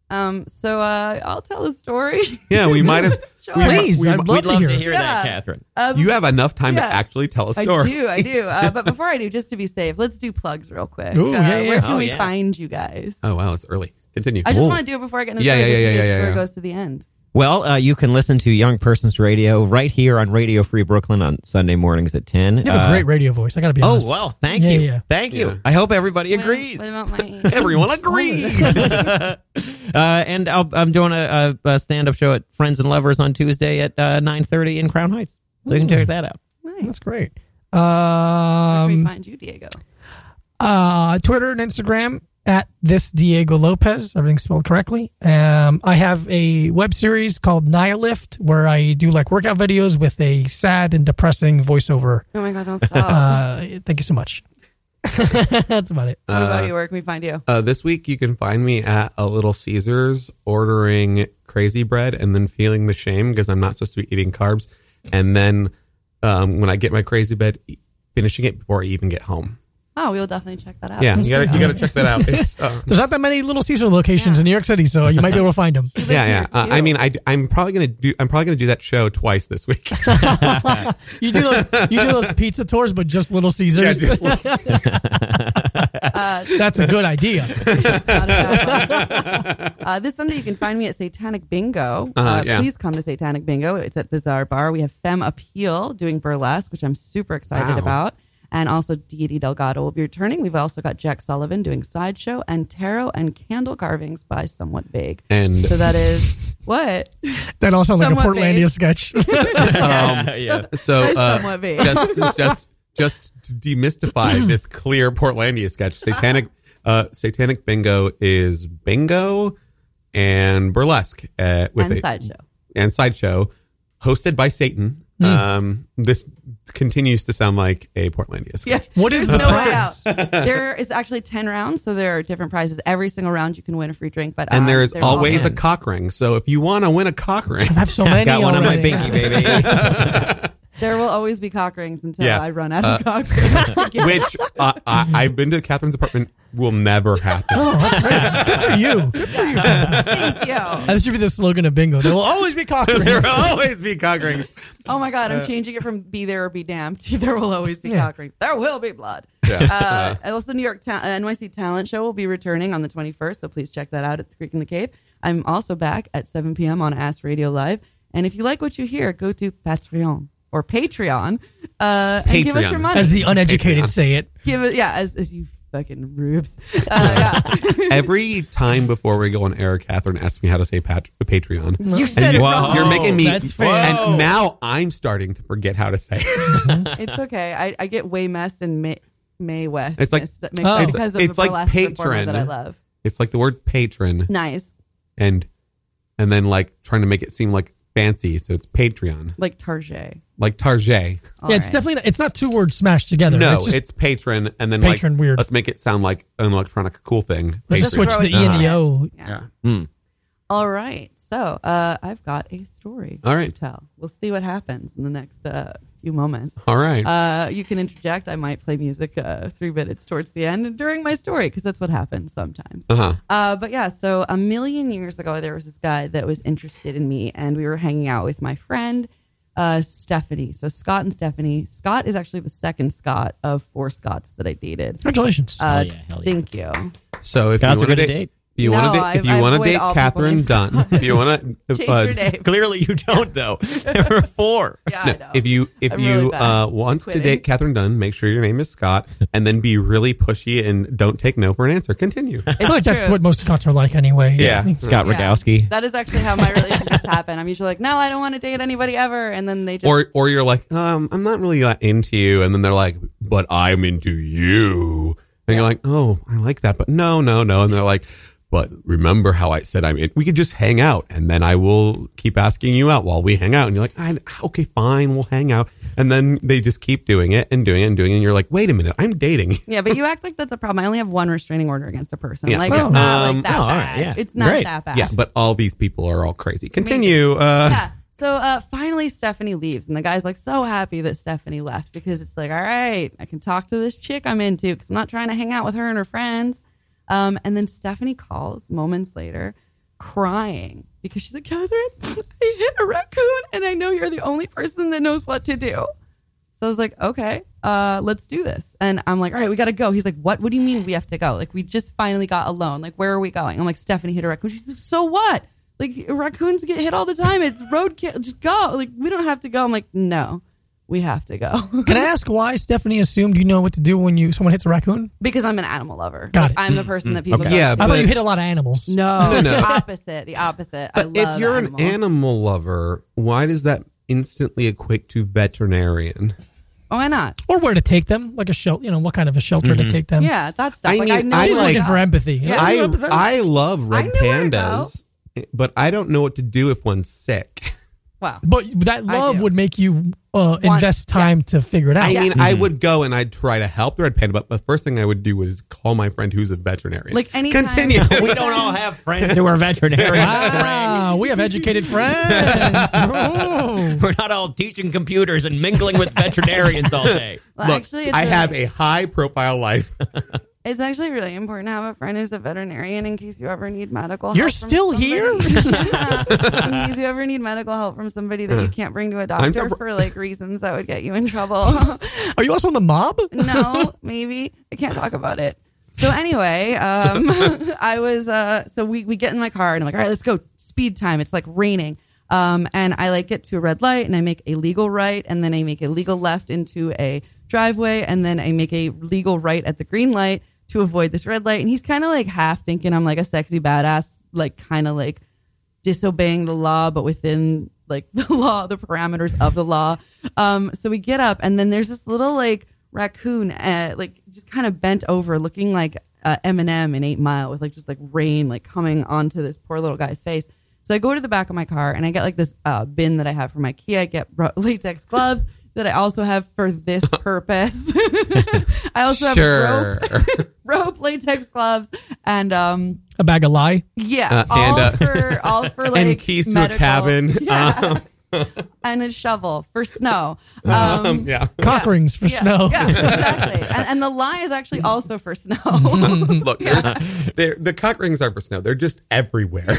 S3: Um, so uh, I'll tell a story.
S2: yeah. We might as
S3: Sure.
S2: we mi-
S6: Please,
S2: we
S6: I'd
S2: mi-
S6: love
S5: We'd
S6: to
S5: love to
S6: hear
S5: hear,
S6: it.
S3: Yeah.
S5: that, Catherine.
S3: Um,
S2: you have enough time
S3: Yeah.
S2: to actually tell a
S3: I
S2: story.
S3: do, I do. Uh, but before I do, just to be safe, let's do plugs real quick.
S6: Ooh,
S3: uh,
S6: yeah, yeah.
S3: Where can
S5: Oh,
S3: we
S5: yeah.
S3: find you guys?
S2: Oh wow, it's early. Continue.
S3: I just
S2: Cool.
S3: want to do it before I get into
S2: Yeah,
S3: the story
S2: yeah, yeah,
S3: because
S2: yeah,
S3: the
S2: yeah,
S3: story
S2: yeah.
S3: goes to the end.
S5: Well, uh, you can listen to Young Persons Radio right here on Radio Free Brooklyn on Sunday mornings at 10.
S6: You have
S5: Uh,
S6: a great radio voice. I got to be
S5: Oh,
S6: honest.
S5: well, thank
S6: Yeah,
S5: you.
S6: yeah.
S5: Thank you.
S2: Yeah.
S5: I hope everybody
S3: What-
S5: agrees.
S3: What about my
S2: Everyone agrees.
S5: uh, and I'll, I'm doing a, a, a stand-up show at Friends and Lovers on Tuesday at uh, 9.30 in Crown Heights. So you can check that out.
S3: nice.
S6: That's great.
S3: Where can we
S6: Um,
S3: find you, Diego?
S6: uh, Twitter and Instagram at this Diego Lopez. Everything's spelled correctly. Um, I have a web series called Nihilift where I do like workout videos with a sad and depressing voiceover.
S3: Oh my God, don't stop.
S6: Uh, thank you so much. That's about it.
S3: what about you? Where can we find you?
S2: Uh, this week, you can find me at a Little Caesars ordering crazy bread and then feeling the shame because I'm not supposed to be eating carbs. And then um, when I get my crazy bread, e- finishing it before I even get home.
S3: Oh, we will definitely check that out.
S2: Yeah, you
S6: good.
S2: gotta, you gotta check that out. It's, uh,
S6: There's not that many Little Caesar locations
S3: Yeah.
S6: in New York City, so you might be able to find them.
S3: You live
S2: yeah, yeah.
S3: here,
S2: Uh,
S3: too.
S2: I mean, I, am probably gonna do. I'm probably gonna do that show twice this week.
S6: You do those, you do those pizza tours, but just Little
S2: Yeah,
S6: Caesars.
S2: just Little Caesars.
S3: uh,
S6: That's a good idea.
S3: not a bad one. uh, this Sunday, you can find me at Satanic Bingo. Uh,
S2: Uh-huh, yeah.
S3: Please come to Satanic Bingo. It's at Bizarre Bar. We have Femme Appeal doing burlesque, which I'm super excited
S2: Wow.
S3: about. And also, Deity Delgado will be returning. We've also got Jack Sullivan doing sideshow and tarot and candle carvings by Somewhat Vague.
S2: And
S3: So that is what?
S6: That all sounds like a
S3: Somewhat
S6: Portlandia
S3: vague.
S6: sketch.
S5: yeah.
S2: Um, so
S3: By
S2: uh,
S3: Somewhat Vague.
S2: just just just to demystify this clear Portlandia sketch. Satanic uh, Satanic Bingo is bingo and burlesque uh, with
S3: and
S2: a-
S3: sideshow.
S2: and sideshow hosted by Satan.
S3: Hmm.
S2: Um, this continues to sound like a Portlandia sketch.
S6: What is
S3: There's
S6: the
S3: no way
S6: prize?
S3: out. There is actually 10 rounds, so there are different prizes. Every single round you can win a free drink, but
S2: And
S3: um,
S2: there is
S3: they're all
S2: always
S3: in.
S2: a cock ring. So if you want to win a cock ring,
S6: I have so
S5: I've
S6: many.
S5: got one on my
S6: already.
S5: binky, baby.
S3: There will always be cock rings until
S2: Yeah. Uh,
S3: I run out of cock rings.
S2: which uh, I, I've been to Catherine's apartment, will never happen.
S6: Oh, that's great. Good for you. Good for you.
S3: Thank you.
S6: That should be the slogan of bingo. There will always be cock
S2: there
S6: rings.
S2: will always be cock rings.
S3: Oh my God,
S2: Uh,
S3: I'm changing it from be there or be damned to there will always be
S6: Yeah.
S3: cock rings. There will be blood.
S2: Yeah. Uh-huh.
S3: Uh, and also, New York ta- uh, NYC Talent Show will be returning on the 21st, so please check that out at the Creek in the Cave. I'm also back at 7 p.m. on Ask Radio Live. And if you like what you hear, go to Patreon or Patreon uh, and give us
S2: Patreon.
S3: your money.
S6: As the uneducated
S2: Patreon.
S6: say it.
S3: give it, yeah, as, as you fucking rubes. Uh, yeah.
S2: Every time before we go on air, Catherine asks me how to say pat- Patreon.
S3: you
S2: And
S3: said
S2: you,
S3: it
S5: Wow.
S3: wrong.
S2: are making me.
S6: That's fair.
S2: And now I'm starting to forget how to say it.
S3: It's okay. I, I get way messed and May, May West.
S2: It's like-
S3: mixed up
S6: Oh.
S3: because of
S2: It's
S3: the
S2: like
S3: burlesque performer
S2: patron.
S3: that I love.
S2: It's like the word patron
S3: Nice,
S2: and and then like trying to make it seem like fancy. So it's Patreon,
S3: like Target.
S2: like Target.
S3: All
S6: Yeah, it's
S3: right.
S6: definitely not, it's not two words smashed together.
S2: No,
S6: it's
S2: it's,
S6: just,
S2: patron, and then
S6: Patron
S2: like,
S6: weird.
S2: Let's make it sound like an electronic cool thing.
S6: let's just
S2: Patron.
S6: switch the E and the O.
S3: Yeah.
S2: Hmm.
S5: Mm.
S3: All right. So uh, I've got a story.
S2: All right.
S3: To tell. We'll see what happens in the next uh, few moments.
S2: All right.
S3: Uh, you can interject. I might play music uh, three minutes towards the end and during my story because that's what happens sometimes.
S2: Uh huh.
S3: Uh, but yeah, so a million years ago, there was this guy that was interested in me, and we were hanging out with my friend uh, Stephanie. So Scott and Stephanie. Scott is actually the second Scott of four Scots that I dated.
S6: Congratulations.
S2: Oh,
S3: Uh,
S5: yeah, hell yeah.
S3: Thank you.
S2: So if
S5: Scott's
S2: you want
S5: are good
S2: to
S5: to
S2: date,
S5: date.
S2: if you
S3: No,
S2: want to
S3: I-
S2: date, if
S3: I
S2: you want to
S3: avoid
S2: date
S3: all
S2: Catherine
S3: people named
S2: Dunn, if uh, you want to,
S3: Change your name.
S5: Clearly, you don't though. There were four.
S3: Yeah, I know.
S2: if you if
S3: I'm
S2: you
S3: really bad
S2: uh,
S3: at
S2: want
S3: quitting.
S2: to date Catherine Dunn, make sure your name is Scott, and then be really pushy and don't take no for an answer. Continue.
S6: I
S3: It's
S6: feel like that's
S3: true.
S6: what most Scots are like anyway.
S2: Yeah.
S5: Scott
S3: Yeah.
S5: Rogowski.
S3: That is actually how my relationships happen. I'm usually like, no, I don't want to date anybody ever, and then they just
S2: Or or you're like, um, I'm not really that into you, and then they're like, but I'm into you, and you're like, oh, I like that, but no, no, no, and they're like. But remember how I said I'm in. We could just hang out, and then I will keep asking you out while we hang out. And you're like, I, okay, fine, we'll hang out. And then they just keep doing it and doing it and doing it. And you're like, wait a minute, I'm dating.
S3: yeah. But you act like that's a problem. I only have one restraining order against a person.
S2: Yeah.
S3: Like
S2: Oh.
S3: it's not
S2: Um,
S3: like that
S5: oh, all
S3: bad.
S5: right, yeah.
S3: It's not
S5: Great.
S3: that bad.
S2: Yeah, but all these people are all crazy. Continue. Uh,
S3: yeah. So uh, finally, Stephanie leaves, and the guy's like so happy that Stephanie left because it's like, all right, I can talk to this chick I'm into because I'm not trying to hang out with her and her friends. Um, and then Stephanie calls moments later, crying because she's like, Catherine, I hit a raccoon, and I know you're the only person that knows what to do. So I was like, okay, uh, let's do this. And I'm like, all right, we got to go. He's like, what? What do you mean we have to go? Like, we just finally got alone. Like, where are we going? I'm like, Stephanie hit a raccoon. She's like, so what? Like, raccoons get hit all the time. It's roadkill. Just go. Like, we don't have to go. I'm like, no, we have to go
S6: Can I ask why Stephanie assumed you know what to do when you someone hits a raccoon?
S3: because I'm an animal lover.
S6: Got
S3: Like,
S6: it.
S3: I'm the person that people.
S2: Mm-hmm. okay.
S3: go,
S2: Yeah,
S6: I
S2: But-
S6: thought you hit a lot of animals.
S3: No,
S2: No, no.
S3: the opposite. The opposite. I
S2: but
S3: love
S2: if you're
S3: animals.
S2: an animal lover, why does that instantly equate to veterinarian?
S3: Oh, why not?
S6: Or where to take them, like a shelter, you know, what kind of a shelter to take them.
S3: Yeah, that stuff.
S2: I
S3: like,
S2: mean,
S3: I know
S2: Mm-hmm. I
S6: Um, She's
S3: where
S2: like-
S3: to
S6: looking
S3: go.
S6: for empathy. You know,
S3: Yeah.
S6: she's
S2: I
S6: empathetic.
S2: I love red
S3: I know where to
S2: pandas, but I don't know what to do if one's sick.
S3: Wow.
S6: but that
S3: I
S6: love
S3: do.
S6: would make you uh, invest time to figure it out.
S2: I mean, I would go and I'd try to help the red panda, but the first thing I would do is call my friend who's a veterinarian.
S3: Like, anytime-
S2: continue.
S5: We don't all have friends who are veterinarians.
S6: Wow, we have educated friends. Oh.
S5: We're not all teaching computers and mingling with veterinarians all day.
S3: Well,
S2: Look,
S3: actually, it's
S2: I
S3: really-
S2: have a high profile life.
S3: It's actually really important to have a friend who's a veterinarian in case you ever need medical help.
S6: You're
S3: from
S6: still
S3: somebody.
S6: here?
S3: Yeah. in case you ever need medical help from somebody that you can't bring to a doctor
S2: not-
S3: for like reasons that would get you in trouble.
S6: Are you also in the mob?
S3: no, maybe. I can't talk about it. So anyway, um, I was uh, so we we get in my car and I'm like, all right, let's go. Speed time. It's like raining. Um, and I like get to a red light and I make a legal right and then I make a legal left into a driveway, and then I make a legal right at the green light to avoid this red light. And he's kind of like half thinking I'm like a sexy badass, like kind of like disobeying the law, but within like the law, the parameters of the law. Um, so we get up, and then there's this little like raccoon, uh, like just kind of bent over, looking like uh, Eminem in Eight Mile, with like just like rain like coming onto this poor little guy's face. So I go to the back of my car, and I get like this uh, bin that I have from IKEA. I get bro- latex gloves that I also have for this purpose. I also have rope, rope, latex gloves, and um,
S6: A bag of lie.
S3: yeah,
S2: Uh,
S3: all
S2: and, uh,
S3: for all for like
S2: and keys to a
S3: medical-
S2: cabin.
S3: Yeah. and a shovel for snow.
S2: Um,
S3: Um,
S2: yeah.
S6: Cock rings for
S3: yeah,
S6: snow.
S3: yeah, exactly. And, and the lie is actually also for snow.
S2: Look, there's, there- the cock rings are for snow. They're just everywhere.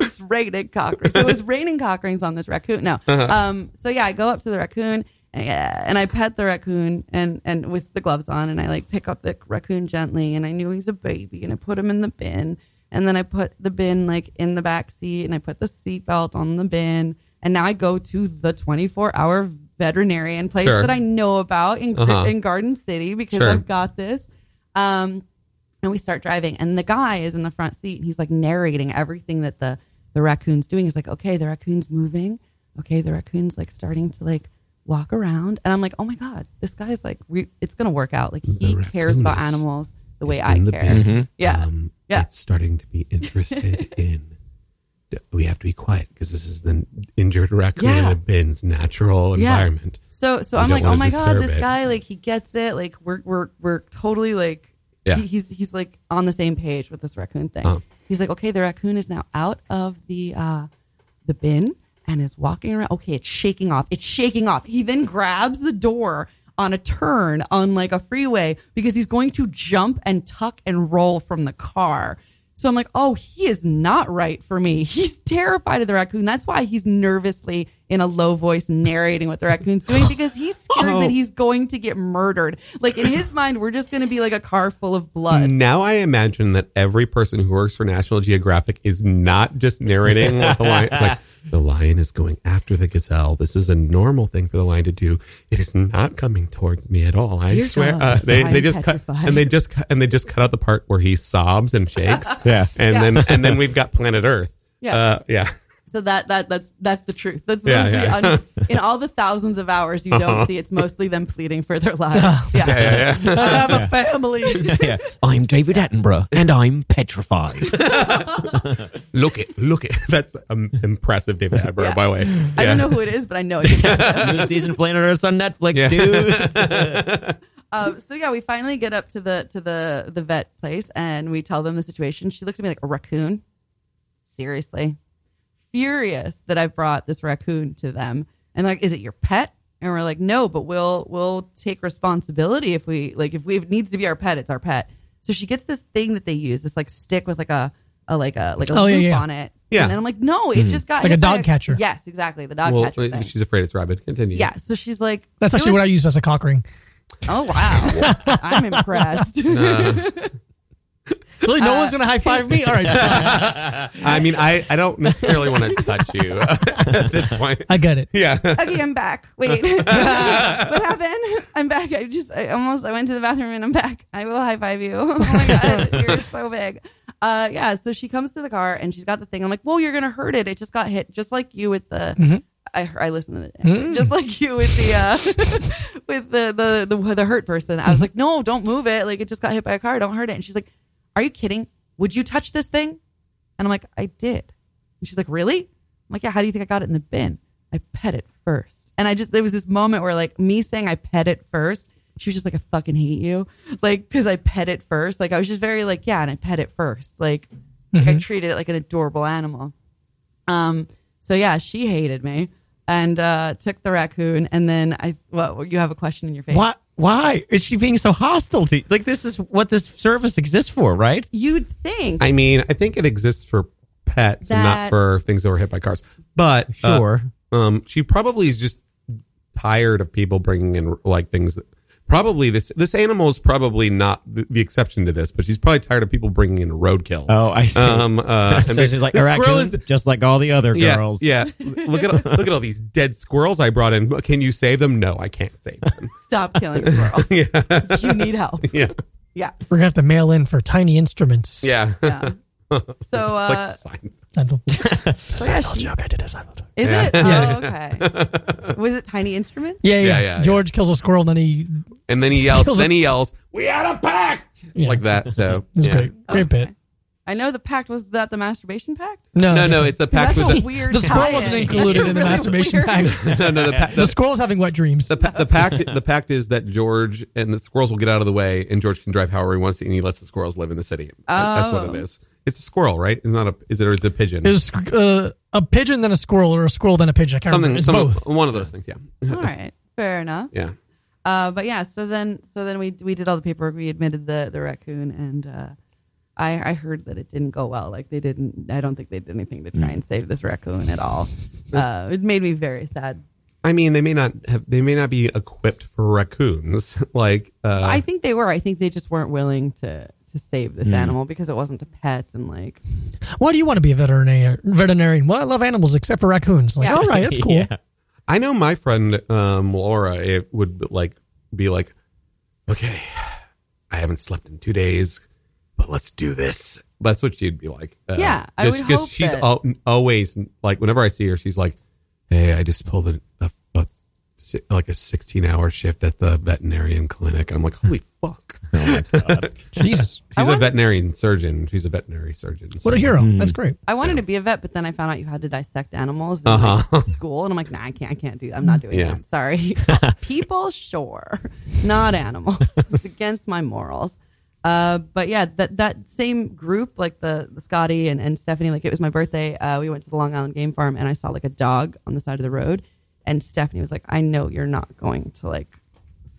S3: it's raining cock rings. So it was raining cock rings on this raccoon. No.
S2: Uh-huh.
S3: Um, so yeah, I go up to the raccoon and, yeah, and I pet the raccoon and, and with the gloves on and I like pick up the raccoon gently and I knew he's a baby and I put him in the bin and then I put the bin like in the back seat and I put the seatbelt on the bin and now I go to the 24 hour veterinarian place
S2: Sure.
S3: that I know about in,
S2: Uh-huh.
S3: in Garden City because
S2: Sure.
S3: I've got this. Um, and we start driving and the guy is in the front seat and he's like narrating everything that the the raccoon's doing he's like okay the raccoon's moving okay the raccoon's like starting to like walk around and i'm like oh my god this guy's like re- it's gonna work out like he
S2: The
S3: cares about
S2: raccoon is-
S3: animals the way
S2: is
S3: i
S2: in the
S3: care
S2: bin.
S3: yeah
S2: Um,
S3: Yeah.
S2: It's starting to be interested in. We have to be quiet because this is the injured raccoon in
S3: Yeah.
S2: a bin's natural
S3: Yeah.
S2: environment.
S3: So so
S2: You
S3: I'm
S2: don't
S3: like,
S2: wanna
S3: oh my god,
S2: disturb
S3: this
S2: it.
S3: guy like he gets it. Like we're we're we're totally like
S2: Yeah.
S3: he- he's he's like on the same page with this raccoon thing.
S2: Uh-huh.
S3: He's like, okay, the raccoon is now out of the uh the bin and is walking around. Okay, it's shaking off. It's shaking off. He then grabs the door on a turn on like a freeway because he's going to jump and tuck and roll from the car. So I'm like, oh, he is not right for me. He's terrified of the raccoon. That's why he's nervously in a low voice narrating what the raccoon's doing because he's scared that he's going to get murdered. Like in his mind, we're just going to be like a car full of blood.
S2: Now I imagine that every person who works for National Geographic is not just narrating what the lion. It's like the lion is going after the gazelle. This is a normal thing for the lion to do. It is not coming towards me at all. I
S3: Dear
S2: swear.
S3: God,
S2: Uh, they
S3: I'm
S2: they just cut
S3: petrified.
S2: and they just cut, and they just cut out the part where he sobs and shakes.
S5: Yeah.
S2: and then and then we've got Planet Earth.
S3: Yeah.
S2: uh, yeah.
S3: So that that that's that's the truth. That's
S2: Yeah,
S3: mostly
S2: yeah.
S3: un- in all the thousands of hours you don't see. It's mostly them pleading for their lives. Yeah.
S2: yeah, yeah.
S6: I have a family.
S5: yeah. I'm David Attenborough and I'm petrified.
S2: Look it, look it. That's um, impressive, David Attenborough.
S3: Yeah.
S2: By the way,
S3: I don't know who it is, but I know it's
S5: New season Planet Earth's on Netflix, dude.
S3: Um, so yeah, we finally get up to the to the the vet place, and we tell them the situation. She looks at me like a raccoon. Seriously, furious that I've brought this raccoon to them, and like, is it your pet? And we're like, no, but we'll we'll take responsibility if we like if we if it needs to be our pet, it's our pet. So she gets this thing that they use, this like stick with like a, a like a like a
S6: Oh,
S3: loop
S6: yeah, yeah. Mm-hmm.
S3: on it.
S2: Yeah.
S3: and then I'm like, no, it just got
S6: Like
S3: hit
S6: a
S3: by
S6: dog catcher.
S3: Yes, exactly, the dog
S2: well, uh,
S3: catcher thing.
S2: she's afraid it's rabid. Continue.
S3: yeah, so she's like,
S6: That's
S3: it
S6: actually
S3: was-
S6: what I used as a cock ring.
S3: Oh wow, I'm impressed.
S6: Really, no one's gonna high five me. All right,
S2: I mean, I, I don't necessarily want to touch you at this point.
S6: I get it.
S2: Yeah.
S3: okay, I'm back. Wait, what happened? I'm back. I just, I almost, I went to the bathroom and I'm back. I will high five you. Oh my god, you're so big. Uh, yeah. So she comes to the car and she's got the thing. I'm like, well, you're gonna hurt it. It just got hit, just like you with the. I, I listened to it, just like you with the uh, with the, the the the hurt person. I was like, no, don't move it. Like it just got hit by a car. Don't hurt it. And she's like, are you kidding? Would you touch this thing? And I'm like, I did. And she's like, Really? I'm like, Yeah, how do you think I got it in the bin? I pet it first. And I just, there was this moment where, like, me saying I pet it first, she was just like, I fucking hate you. Like, cause I pet it first. Like, I was just very, like, Yeah, and I pet it first. Like, like
S2: Mm-hmm.
S3: I treated it like an adorable animal. Um, so yeah, she hated me and uh, took the raccoon. And then I, what, you have a question in your face.
S5: Why? Why is she being so hostile to? Like this is what this service exists for, right?
S3: You'd think.
S2: I mean, I think it exists for pets and not
S3: That-
S2: for things that were hit by cars. But uh,
S5: Sure.
S2: um, she probably is just tired of people bringing in like things that probably this this animal is probably not the, the exception to this, but she's probably tired of people bringing in roadkill.
S5: Oh, I see.
S2: Um, uh,
S5: so
S2: and
S5: she's like,
S2: the
S5: a
S2: squirrel
S5: raccoon,
S2: is
S5: just like all the other
S2: yeah,
S5: girls.
S2: yeah. Look at look at all these dead squirrels I brought in. Can you save them? No, I can't save them.
S3: Stop killing squirrels. You need help.
S2: yeah,
S3: Yeah.
S6: We're gonna have to mail in for tiny instruments.
S2: yeah.
S3: Yeah. So,
S2: It's like
S3: uh,
S2: sign-
S6: That's a
S3: so yeah,
S6: little
S3: she-
S6: joke. I did a Seinfeld joke.
S3: is
S2: Yeah.
S3: it? Oh, okay. Was it tiny instrument?
S6: Yeah, yeah.
S2: Yeah, yeah,
S6: George kills a squirrel, and then he
S2: and then he yells.
S6: Kills
S2: then he yells, "We had a pact!"
S6: Yeah.
S2: Like that. So
S6: is
S2: yeah.
S6: great. Great bit.
S3: I know the pact was that the masturbation pact.
S6: No,
S2: No, no, it's a pact
S3: That's
S2: with
S3: a
S2: the,
S3: weird.
S6: the squirrel wasn't
S3: tie-in.
S6: included
S3: That's a
S6: in the
S3: really
S6: masturbation
S3: weird-
S6: pact.
S2: no, no. The, pa-
S6: The
S2: the,
S6: squirrel's having wet dreams.
S2: the, pa- the pact the pact is that George and the squirrels will get out of the way, and George can drive however he wants, to, and he lets the squirrels live in the city. That's what
S3: Oh.
S2: it is. It's a squirrel, right? It's not a. Is it or is it a pigeon?
S6: There's uh, a pigeon then a squirrel, or a squirrel then a pigeon. I can't
S2: something.
S6: remember. It's
S2: some
S6: both.
S2: of- one of those things. Yeah,
S3: All right, fair enough.
S2: yeah.
S3: Uh, but yeah, so then so then we we did all the paperwork. We admitted the the raccoon, and uh, I I heard that it didn't go well. Like they didn't. I don't think they did anything to try and save this raccoon at all. Uh, it made me very sad.
S2: I mean, they may not have. They may not be equipped for raccoons. like, uh,
S3: I think they were. I think they just weren't willing to to save
S6: Mm.
S3: this animal because it wasn't a pet and like
S6: Why do you want to be a veterinarian? Veterinarian? Well, I love animals except for raccoons. Like,
S3: Yeah.
S6: all right, that's cool.
S5: Yeah.
S2: I know my friend um, Laura it would like be like, okay, I haven't slept in two days, but let's do this. That's what she'd be like. Uh,
S3: Yeah, I
S2: just-
S3: would
S2: just-
S3: hope
S2: she's
S3: that-
S2: al- always like, whenever I see her, she's like, hey, I just pulled a, a, a si- like a sixteen hour shift at the veterinarian clinic. I'm like, holy fuck.
S6: Jesus,
S2: She's a
S3: wonder-
S2: veterinarian surgeon. She's a veterinary surgeon.
S6: what
S2: so-
S6: a hero. That's great.
S3: I wanted to be a vet, but then I found out you had to dissect animals in like, school, and I'm like, nah, I can't, I can't do. I'm not doing
S2: Yeah.
S3: that. Sorry, people, sure, not animals. it's against my morals. Uh, but yeah, that that same group, like the, the Scotty and, and Stephanie, like it was my birthday. Uh, we went to the Long Island Game Farm, and I saw like a dog on the side of the road, and Stephanie was like, I know you're not going to like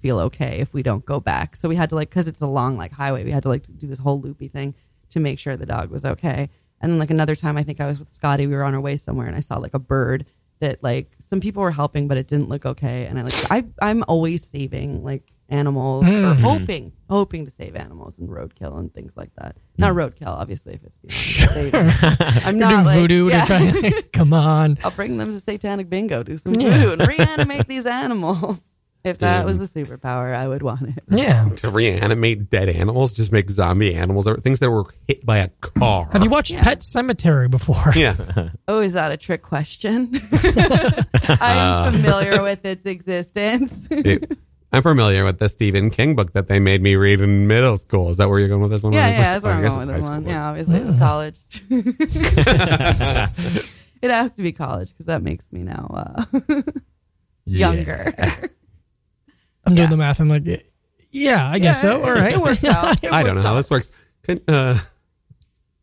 S3: feel okay if we don't go back. So we had to like because it's a long like highway. We had to like do this whole loopy thing to make sure the dog was okay. And then like another time, I think I was with Scotty. We were on our way somewhere, and I saw like a bird that like some people were helping, but it didn't look okay. And I like I I'm always saving like animals or
S6: Mm-hmm.
S3: hoping hoping to save animals and roadkill and things like that. Not roadkill, obviously, if it's being saved. I'm
S6: Mm. You're
S3: not
S6: doing
S3: like,
S6: voodoo.
S3: yeah.
S6: To try to, come on.
S3: I'll bring them to Satanic Bingo, do some voodoo, and reanimate these animals. If that was a superpower, I would want it.
S6: Yeah.
S2: um, To reanimate dead animals, just make zombie animals, or things that were hit by a car.
S6: Have you watched
S3: Yeah.
S6: Pet Cemetery before?
S2: yeah.
S3: Oh, is that a trick question?
S2: Uh.
S3: I am familiar with its existence.
S2: It- I'm familiar with the Stephen King book that they made me read in middle school. Is that where you're going with this one?
S3: Yeah,
S2: Ryan?
S3: yeah, that's where
S2: I
S3: I'm
S2: guess
S3: going with
S2: it's
S3: this
S2: high
S3: one.
S2: school.
S3: Yeah, obviously it was college. it has to be college because that makes me now uh, younger.
S6: I'm doing the math. I'm like, yeah, I guess so. All right.
S3: it worked out. It
S2: I don't
S3: worked
S2: know how
S3: out.
S2: this works. Can, uh,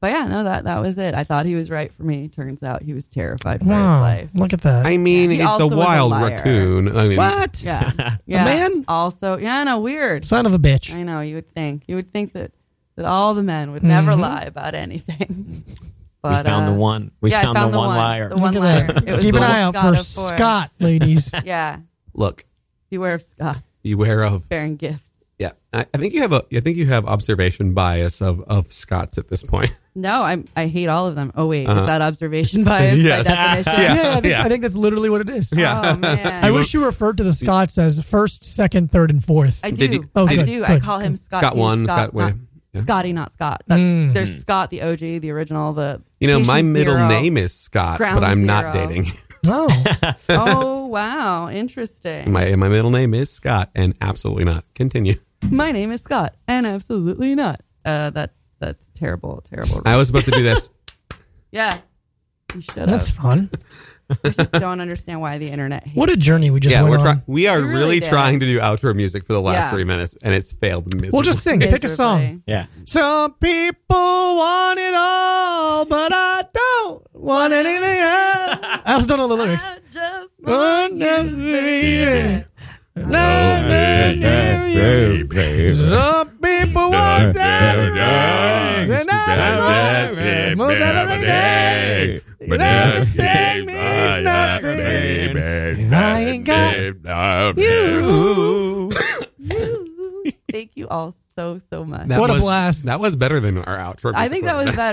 S3: But yeah, no, that that was it. I thought he was right for me. Turns out he was terrified for
S6: Wow.
S3: his life.
S6: Look at that.
S2: I mean,
S3: He
S2: it's
S3: also
S2: a
S3: was a
S2: wild
S3: liar.
S2: raccoon. I mean,
S6: what?
S3: Yeah, yeah.
S6: man?
S3: Also, yeah, no, weird.
S6: Son of a bitch.
S3: I know you would think you would think that that all the men would never lie about anything.
S5: We
S3: But
S5: found
S3: uh,
S5: the one. We
S3: yeah, I
S5: found, the, one, liar.
S3: The one
S6: Look
S3: liar.
S6: at
S3: It
S6: that.
S3: was
S6: Keep an
S3: the
S6: eye out
S3: Scott
S6: for
S3: of four.
S6: Scott, ladies.
S3: Yeah,
S2: Look,
S3: beware of Scott
S2: beware of.
S3: bearing gifts.
S2: Yeah, I, I think you have a. I think you have observation bias of of Scots at this point.
S3: No, I I hate all of them. Oh wait, is that observation bias
S2: Yes.
S3: by definition?
S2: Yeah,
S6: Yeah, I think,
S2: yeah.
S6: I think that's literally what it is.
S3: Oh
S6: I
S3: man,
S6: wish you referred to the Scots as first, second, third, and fourth.
S3: I do.
S2: Did you-
S6: Oh,
S3: I
S6: good,
S3: do. I
S6: good,
S3: call him Scott.
S2: Scott
S3: too.
S2: one, Scott
S3: not-
S2: one. Yeah.
S3: Scotty, not Scott. That,
S6: Mm.
S3: There's Scott, the OG, the original, the.
S2: You know, my
S3: patient
S2: middle
S3: zero.
S2: name is Scott,
S3: Ground
S2: but I'm not
S3: zero.
S2: dating.
S6: oh,
S3: Oh wow, interesting.
S2: My my middle name is Scott, and absolutely not. Continue.
S3: My name is Scott, and absolutely not. Uh, that that's terrible, terrible.
S2: I was about to do this.
S3: Yeah, you should have.
S6: that's fun.
S3: I just don't understand why the internet. Hates
S6: What a journey we just
S2: yeah,
S6: went
S2: we're
S6: on.
S2: trying. We are
S3: You really
S2: really
S3: did.
S2: trying to do outro music for the last
S3: Yeah.
S2: three minutes, and it's failed miserably.
S6: we'll just sing.
S3: it
S6: Pick a song.
S3: miserably.
S5: yeah.
S6: Some people want it all, but I don't want anything else. I also don't know the lyrics.
S3: I just
S6: Want nothing. Nothing. Some people want everything, and I want most everything. Everything means nothing. I ain't got you.
S2: all so so much.
S3: That
S7: What a
S3: was-
S7: blast.
S3: That was better than our outro. uh,
S2: I think that was better.